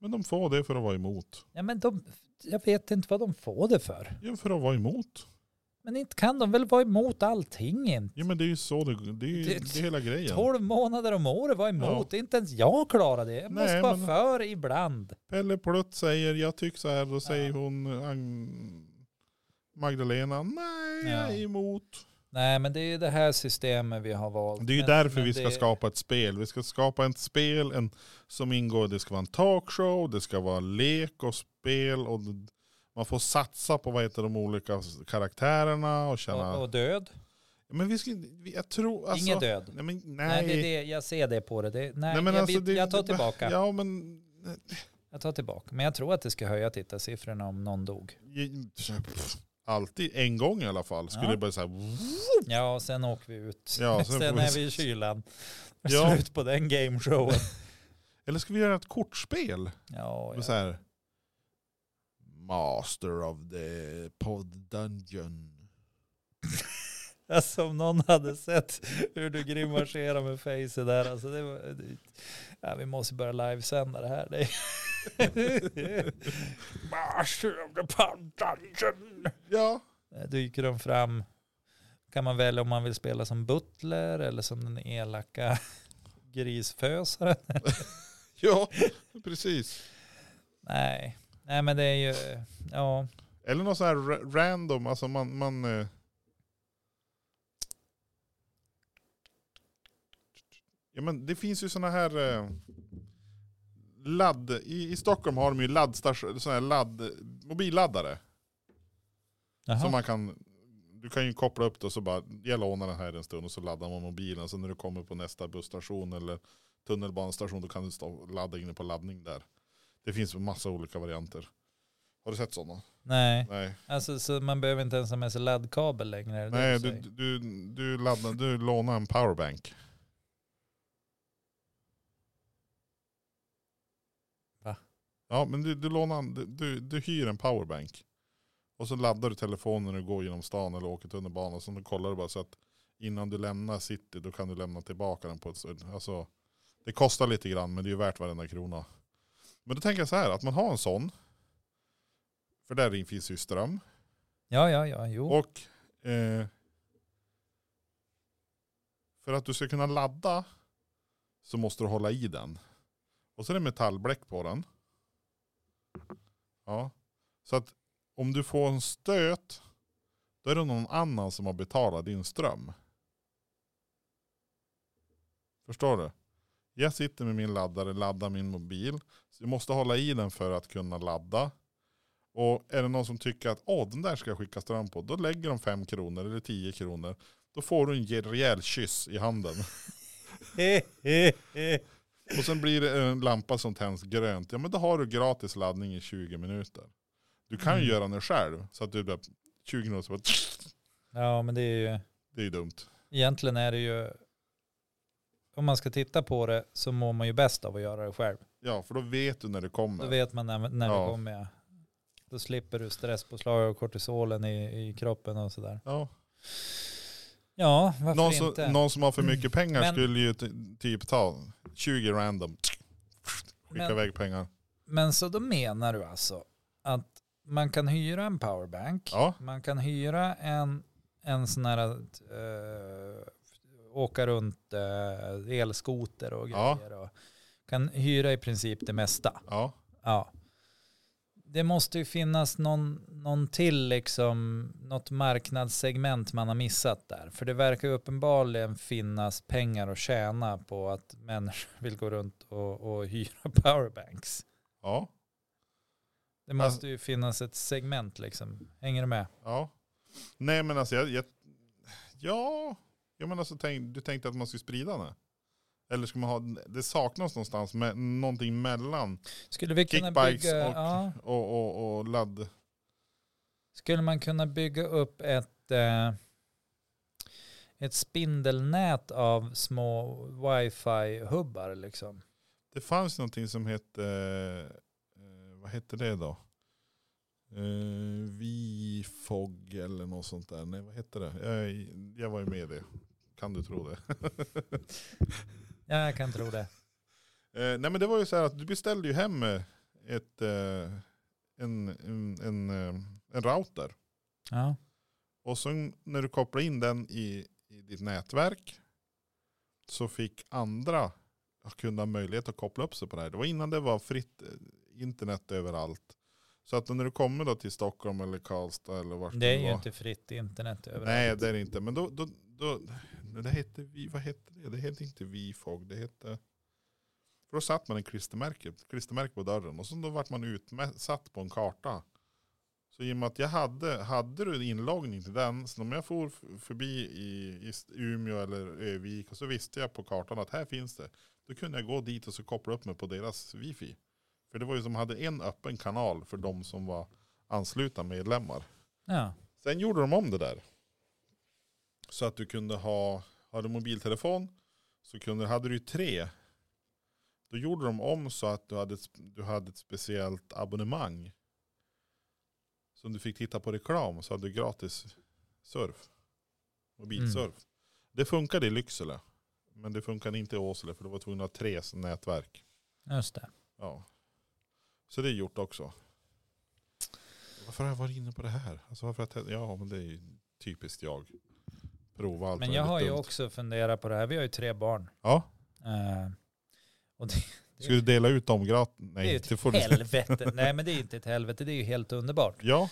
S2: Men de får det för att vara emot.
S1: Ja, men de, jag vet inte vad de får det för.
S2: Ja, för att vara emot.
S1: Men inte kan de väl vara emot allting inte?
S2: Ja, men det är ju så det, det, är, ju-
S1: Det-
S2: det är hela grejen.
S1: 12 månader om året var emot. Inte ens jag klarar det. Jag
S2: Nej,
S1: måste vara
S2: men-
S1: för ibland.
S2: Pelle Plutt säger jag tycker så här. Då säger
S1: Ja.
S2: hon Agn- Magdalena nej jag
S1: Ja.
S2: är emot.
S1: Nej, men det är ju det här systemet vi har valt.
S2: Det är ju
S1: Men-
S2: därför
S1: men
S2: vi ska
S1: det-
S2: skapa ett spel. Vi ska skapa ett spel en, som ingår. Det ska vara en talkshow. Det ska vara lek och spel. Och d- man får satsa på vad heter de olika karaktärerna och känna.
S1: Och, och död.
S2: Men vi ska, vi- jag tror alltså.
S1: Ingen död.
S2: Nej, men, nej.
S1: Nej, det är det, jag ser det på det. det nej,
S2: Nej, men
S1: jag,
S2: alltså,
S1: bit-
S2: det-
S1: jag tar tillbaka.
S2: Ja, men
S1: Jag tar tillbaka. Men jag tror att det ska höja tittarsiffrorna om någon dog.
S2: alltid en gång i alla fall skulle
S1: Ja.
S2: det bara så här.
S1: Ja, och sen åker vi ut.
S2: Ja, sen
S1: sen
S2: får vi
S1: är
S2: se.
S1: vi i kylan.
S2: Ja.
S1: Slut på den gameshowen.
S2: Eller ska vi göra ett kortspel?
S1: Ja,
S2: Med så
S1: ja.
S2: här, Master of the pod dungeon.
S1: Alltså om någon hade sett hur du grimaserar med face där. Alltså, det var, det, ja, vi måste börja livesända det här. Det är- Master of the Pub Dungeon.
S2: Ja,
S1: Där Dyker de fram. Kan man välja om man vill spela som butler eller som den elaka grisfösaren.
S2: ja, precis.
S1: Nej. Nej men det är ju, ja.
S2: Eller något så här ra- random, alltså man, man eh, Ja, men det finns ju sådana här eh, ladd... I, I Stockholm har de ju laddstation, såna här ladd, mobilladdare. Som
S1: Jaha.
S2: man kan, du kan ju koppla upp det och så bara, jag lånar den här en stund och så laddar man mobilen. Så när du kommer på nästa busstation eller tunnelbanestation då kan du stå och ladda in på laddning där. Det finns en massa olika varianter. Har du sett sådana?
S1: Nej,
S2: Nej.
S1: alltså, så man behöver inte ens ha med sig laddkabel längre. är det det
S2: Nej, du,
S1: säger?
S2: du, du, laddar, du lånar en powerbank.
S1: Va?
S2: Ja, men du, du, lånar, en- du, du, du hyr en powerbank. Och så laddar du telefonen när du går genom stan eller åker tunnelbana. Så då kollar du bara så att innan du lämnar city då kan du lämna tillbaka den på ett ställe. Alltså, det kostar lite grann men det är ju värt varenda krona. Men då tänker jag så här, att man har en sån. För där finns ju ström.
S1: Ja, ja, ja, jo.
S2: Och eh, för att du ska kunna ladda så måste du hålla i den. Och så är det metallbläck på den. Ja. Så att om du får en stöt då är det någon annan som har betalat din ström. Förstår du? Jag sitter med min laddare, laddar min mobil. Så jag måste hålla i den för att kunna ladda. Och är det någon som tycker att Åh, den där ska jag skicka ström på, då lägger de 5 kronor eller 10 kronor. Då får du en rejäl kyss i handen. Och sen blir det en lampa som tänds grönt. Ja men då har du gratis laddning i 20 minuter. Du kan ju
S1: Mm.
S2: göra det själv. Så att du bara 20 minuter så bara,
S1: ja, men det är ju...
S2: det är ju dumt.
S1: Egentligen är det ju... Om man ska titta på det så mår man ju bäst av att göra det själv.
S2: Ja för då vet du när det kommer.
S1: Då vet man när, när
S2: Ja.
S1: det kommer. Ja. Då slipper du stresspåslag och kortisolen i, i kroppen och sådär.
S2: Ja.
S1: Ja, varför
S2: Någon, som,
S1: inte?
S2: någon som har för mycket pengar
S1: Men-
S2: skulle ju ty- typ ta 20 random. Skicka
S1: Men-
S2: iväg pengar.
S1: Men så då menar du alltså att man kan hyra en powerbank.
S2: Ja.
S1: Man kan hyra en, en sån här eh, åka runt eh, elskoter och
S2: Ja.
S1: grejer. Och kan hyra i princip det mesta.
S2: Ja.
S1: Ja. Det måste ju finnas någon, någon till, liksom, något marknadssegment man har missat där. För det verkar ju uppenbarligen finnas pengar att tjäna på att människor vill gå runt och, och hyra powerbanks.
S2: Ja.
S1: Det
S2: Alltså-
S1: måste ju finnas ett segment liksom. Hänger du med?
S2: Ja. Nej men alltså jag, jag ja. Jag menar så tänk, du tänkte att man skulle sprida det. Eller ska man ha, det saknas någonstans med någonting mellan
S1: Skulle vi kunna
S2: Kickbikes
S1: bygga,
S2: och-
S1: ja,
S2: och, och, och ladd.
S1: skulle man kunna bygga upp ett, eh, ett spindelnät av små wifi-hubbar liksom?
S2: Det fanns någonting som hette, eh, eh, vad hette det då? Eh, Vifog eller något sånt där. Nej vad hette det? Jag, jag var ju med i det. Kan du tro det?
S1: Ja, jag kan tro det.
S2: Eh, nej men det var ju så här att du beställde ju hem eh, ett, eh, en, en, en, eh, en router.
S1: Ja.
S2: Och sen när du kopplade in den i, i ditt nätverk så fick andra kunder möjlighet att koppla upp sig på det här. Det var innan det var fritt eh, internet överallt. Så att när du kommer då till Stockholm eller Karlstad eller vart
S1: Det är
S2: du
S1: ju
S2: var.
S1: inte fritt internet överallt.
S2: Nej det är det inte. Men då, då, då nej, det hette vi, vad hette det? Det hette inte Vifog. Det hette, för då satt man en klistermärke, klistermärke på dörren och så då vart man utsatt på en karta. Så i och med att jag hade, hade du en inloggning till den, så om jag for f- förbi i, i S- Umeå eller Övik och så visste jag på kartan att här finns det. Då kunde jag gå dit och så koppla upp mig på deras wifi. För det var ju som hade en öppen kanal för de som var anslutna medlemmar.
S1: Ja.
S2: Sen gjorde de om det där. Så att du kunde ha, hade du mobiltelefon så kunde, hade du ju tre. Då gjorde de om så att du hade, ett- du hade ett speciellt abonnemang. Som du fick titta på reklam så hade du gratis surf. Mobilsurf. Det funkade i Lycksele. Men det funkade inte i Åsele för du var tvungen att ha tre nätverk.
S1: Just det.
S2: Ja. Så det är gjort också. Varför har jag varit inne på det här? Alltså varför har jag tänkt- ja men det är ju typiskt jag. Prova allt
S1: Men jag har
S2: möjligt
S1: ju
S2: dumt.
S1: också funderat på det här. Vi har ju tre barn.
S2: Ja,
S1: Eh, och det,
S2: ska du dela ut dem gratis?
S1: det är
S2: Nej,
S1: ju typ
S2: det
S1: ett
S2: får du.
S1: helvete. Nej men det är inte ett helvete, det är ju helt underbart.
S2: Ja,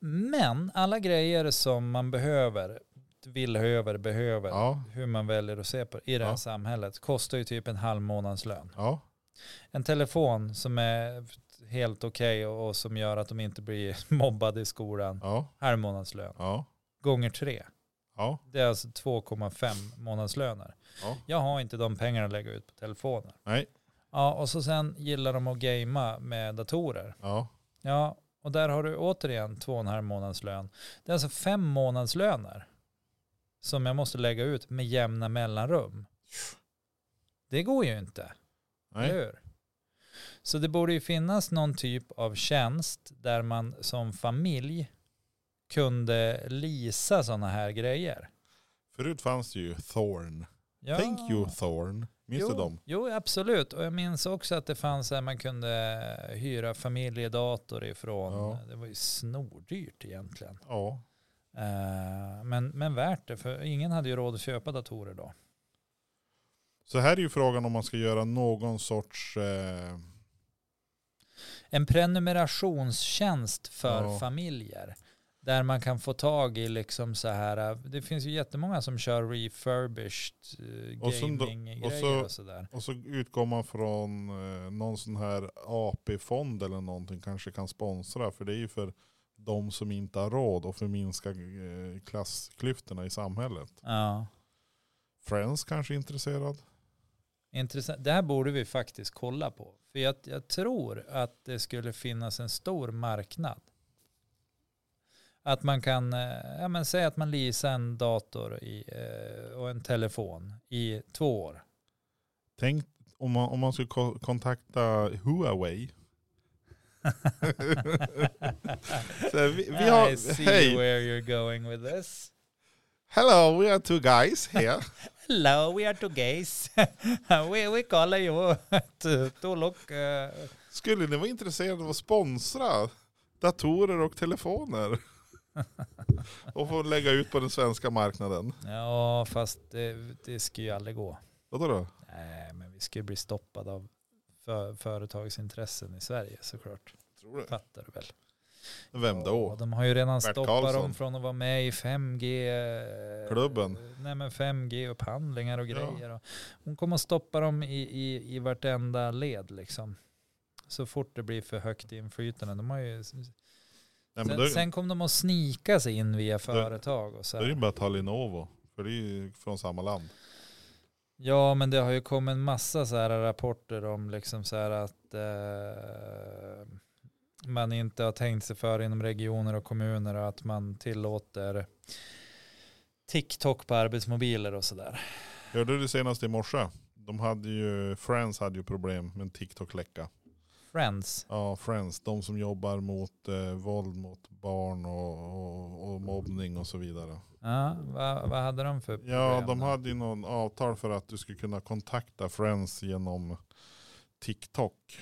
S1: Men alla grejer som man behöver vill höver behöver,
S2: Ja.
S1: hur man väljer att se på det, i det här
S2: Ja.
S1: samhället, kostar ju typ en halv månadslön.
S2: Ja.
S1: En telefon som är helt okej och, och som gör att de inte blir mobbade i skolan,
S2: Ja.
S1: halv månadslön,
S2: Ja.
S1: gånger tre.
S2: Ja.
S1: Det är alltså 2,5 månadslöner.
S2: Ja.
S1: Jag har inte de pengarna att lägga ut på telefoner.
S2: Nej.
S1: Ja, och så sen gillar de att gamea med datorer.
S2: Ja.
S1: Ja, och där har du återigen två och en halv månadslön. Det är alltså fem månadslöner som jag måste lägga ut med jämna mellanrum. Det går ju inte, eller
S2: Nej.
S1: hur? Så det borde ju finnas någon typ av tjänst där man som familj kunde leasa sådana här grejer.
S2: Förut fanns det ju Thorn.
S1: Ja.
S2: Thank you Thorn. Minns
S1: jo,
S2: du dem?
S1: Jo, absolut. Och jag minns också att det fanns att man kunde hyra familjedator ifrån.
S2: Ja.
S1: Det var ju snordyrt egentligen.
S2: Ja.
S1: Eh, Men, men värt det, för ingen hade ju råd att köpa datorer då.
S2: Så här är ju frågan om man ska göra någon sorts... Eh,
S1: En prenumerationstjänst för
S2: Ja.
S1: familjer. Där man kan få tag i liksom så här, eh, det finns ju jättemånga som kör refurbished eh,
S2: Och som då- och
S1: gaming-grejer
S2: så-
S1: och sådär.
S2: och så utgår man från eh, någon sån här AP-fond eller någonting kanske kan sponsra. För det är ju för de som inte har råd och förminska eh, klassklyftorna i samhället.
S1: Ja.
S2: Friends kanske är intresserad.
S1: Intressant. Det här borde vi faktiskt kolla på. För jag, jag tror att det skulle finnas en stor marknad. Att man kan, eh, ja men säg att man leasar en dator i, eh, och en telefon i två år.
S2: Tänk om man, om man skulle ko- kontakta Huawei. Så här, vi, vi
S1: I
S2: har,
S1: see
S2: hej,
S1: where you're going with this.
S2: hello we are two guys here.
S1: Hello, we are two gays. we, we call you to, to look. eh,
S2: Skulle ni vara intresserade av att sponsra datorer och telefoner? och få lägga ut på den svenska marknaden.
S1: ja, fast det, det ska ju aldrig gå.
S2: Vadå då?
S1: Nej, men vi ska ju bli stoppade av för, företagsintressen i Sverige såklart.
S2: Tror du?
S1: Fattar du väl?
S2: Vem
S1: Ja,
S2: då?
S1: de har ju redan
S2: Bert
S1: stoppat
S2: Karlsson.
S1: dem från att vara med i 5G. eh,
S2: Klubben.
S1: Nej men 5G-upphandlingar och grejer. Och hon kommer att stoppa dem i, i, i vartenda led liksom. Så fort det blir för högt inflytande. De har ju, sen,
S2: Nej, men då,
S1: sen kom de att snika sig in via företag och så
S2: då är det
S1: här.
S2: ju bara att ta Lenovo. För det är ju från samma land.
S1: Ja, men det har ju kommit en massa så här rapporter om liksom så här att eh, man inte har tänkt sig för inom regioner och kommuner och att man tillåter TikTok på arbetsmobiler och sådär.
S2: Hörde du det senast i morse? De hade ju, Friends hade ju problem med en TikTok-läcka.
S1: Friends.
S2: Ja, Friends. De som jobbar mot eh, våld mot barn och, och, och mobbning och så vidare.
S1: Ja, vad, vad hade de för
S2: Ja,
S1: problem
S2: de
S1: då?
S2: hade ju någon avtal för att du skulle kunna kontakta Friends genom TikTok.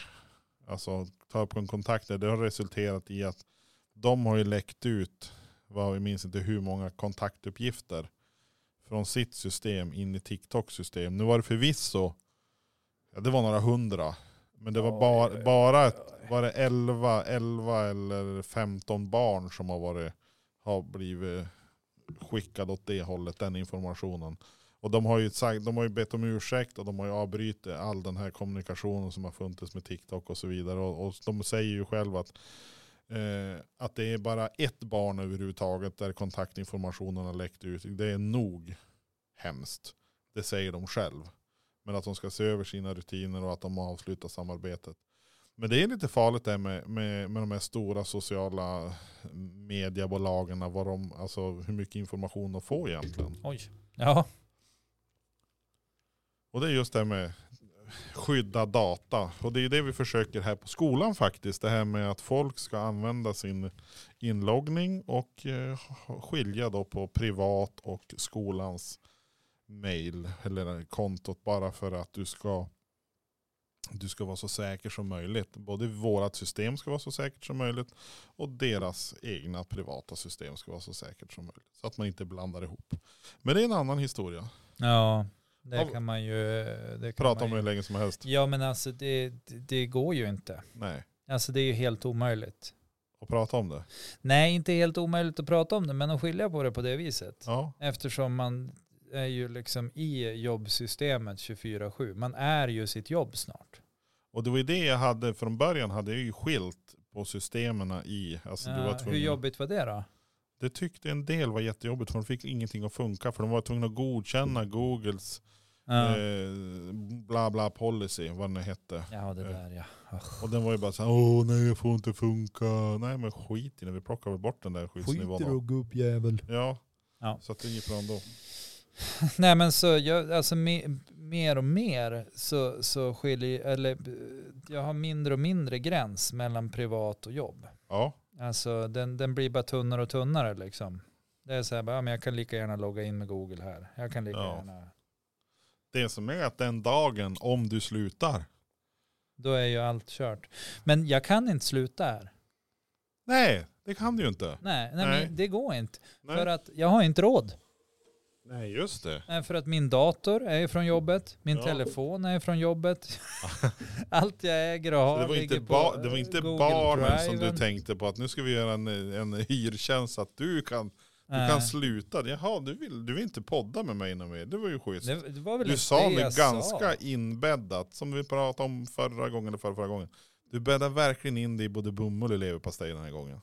S2: Alltså ta upp en kontakt där. Det har resulterat i att de har ju läckt ut, vad jag minns inte hur många kontaktuppgifter från sitt system in i TikToks system. Nu var det förvisso, ja, det var några hundra, men det var
S1: Oj, oj,
S2: bara,
S1: oj.
S2: bara var det 11, 11 eller 15 barn som har, varit, har blivit skickade åt det hållet, den informationen. Och de har ju, sagt, de har ju bett om ursäkt och de har ju avbrutit all den här kommunikationen som har funnits med TikTok och så vidare. Och, och de säger ju själva att, eh, att det är bara ett barn överhuvudtaget där kontaktinformationen har läckt ut. Det är nog hemskt. Det säger de själv. Men att de ska se över sina rutiner och att de avslutar samarbetet. Men det är lite farligt det här med, med, med de här stora sociala mediebolagen, vad de, alltså hur mycket information de får egentligen.
S1: Oj. Ja,
S2: Och det är just det här med skydda data. Och det är det vi försöker här på skolan faktiskt. Det här med att folk ska använda sin inloggning och eh, skilja då på privat och skolans mail eller kontot bara för att du ska du ska vara så säker som möjligt. Både vårt system ska vara så säkert som möjligt och deras egna privata system ska vara så säkert som möjligt. Så att man inte blandar ihop. Men det är en annan historia.
S1: ja det
S2: Ja,
S1: kan man ju... Det kan
S2: Prata
S1: man
S2: om
S1: ju.
S2: hur länge som helst.
S1: Ja, men alltså det, det, det går ju inte.
S2: Nej.
S1: Alltså det är ju helt omöjligt.
S2: och prata om det.
S1: Nej, inte helt omöjligt att prata om det, men att skilja på det på det viset.
S2: Ja,
S1: Eftersom man är ju liksom i jobbsystemet 24-7. Man är ju sitt jobb snart.
S2: och det var ju det jag hade från början, hade jag ju skilt på systemen i, alltså du var
S1: Ja, hur
S2: tvungen.
S1: jobbigt var det då?
S2: Det tyckte en del var jättejobbigt för de fick ingenting att funka för de var tvungna att godkänna Googles
S1: Ja,
S2: eh, bla bla policy, vad den nu hette.
S1: ja det
S2: eh.
S1: där ja. Ugh.
S2: Och den var ju bara så här, åh nej jag får inte funka. Nej men skit i det, vi plockar väl bort den där skyddsnivån. då.
S1: gubbjävel.
S2: Ja.
S1: Ja.
S2: så att det gick bra ändå.
S1: Nej men så, jag, alltså me, mer och mer så, så skiljer, eller eh, jag har mindre och mindre gräns mellan privat och jobb.
S2: Ja,
S1: Alltså den, den blir bara tunnare och tunnare liksom. Det är så här, bara, ja, men jag kan lika gärna logga in med Google här. Jag kan lika
S2: Ja.
S1: gärna.
S2: det som är att den dagen om du slutar,
S1: Då är ju allt kört. Men jag kan inte sluta här.
S2: nej det kan du ju inte.
S1: Nej, nej,
S2: Nej.
S1: Men det går inte. För
S2: Nej,
S1: att jag har inte råd.
S2: nej just det.
S1: Nej, För att min dator är ju från jobbet. Min
S2: Ja.
S1: telefon är från jobbet. Allt jag äger och
S2: Så
S1: har
S2: det var
S1: ligger
S2: inte,
S1: på eh,
S2: ba, det var inte
S1: Google
S2: barnen som du
S1: Driven.
S2: tänkte på att nu ska vi göra en, en hyrtjänst så att du kan, du
S1: Nej.
S2: kan sluta. Jaha, du vill, du vill inte podda med mig någon mer. Det var ju schysst.
S1: Det, det var väl
S2: Du
S1: inte
S2: sa det
S1: jag
S2: ganska
S1: sa.
S2: inbäddat, som vi pratade om förra gången eller förra, förra gången. Du bäddar verkligen in dig i både bomull och leverpastej den här gången.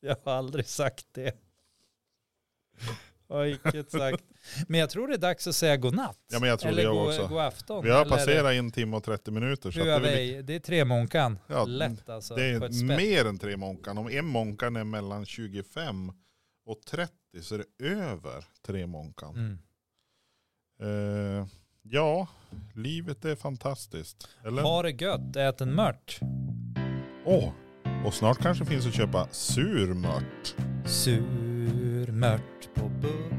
S1: jag har aldrig sagt det. Jag har icke sagt. Men jag tror det är dags att säga godnatt.
S2: Ja, men jag tror
S1: eller
S2: det jag
S1: god,
S2: också.
S1: god afton.
S2: Vi har
S1: eller
S2: passerat en timme och 30 minuter. Så att det, är väl,
S1: Huawei, det är tre månkan.
S2: ja, mm.
S1: Lätt alltså.
S2: det
S1: på ett
S2: är
S1: spett.
S2: mer än tre månkan. Om en månkan är mellan 25 och 30 så är det över tre månkan.
S1: Mm.
S2: Eh, ja, livet är fantastiskt. Eller? Åh,
S1: Ha det gött, ät en mört.
S2: och snart kanske finns att köpa surmört.
S1: Surmört på buss.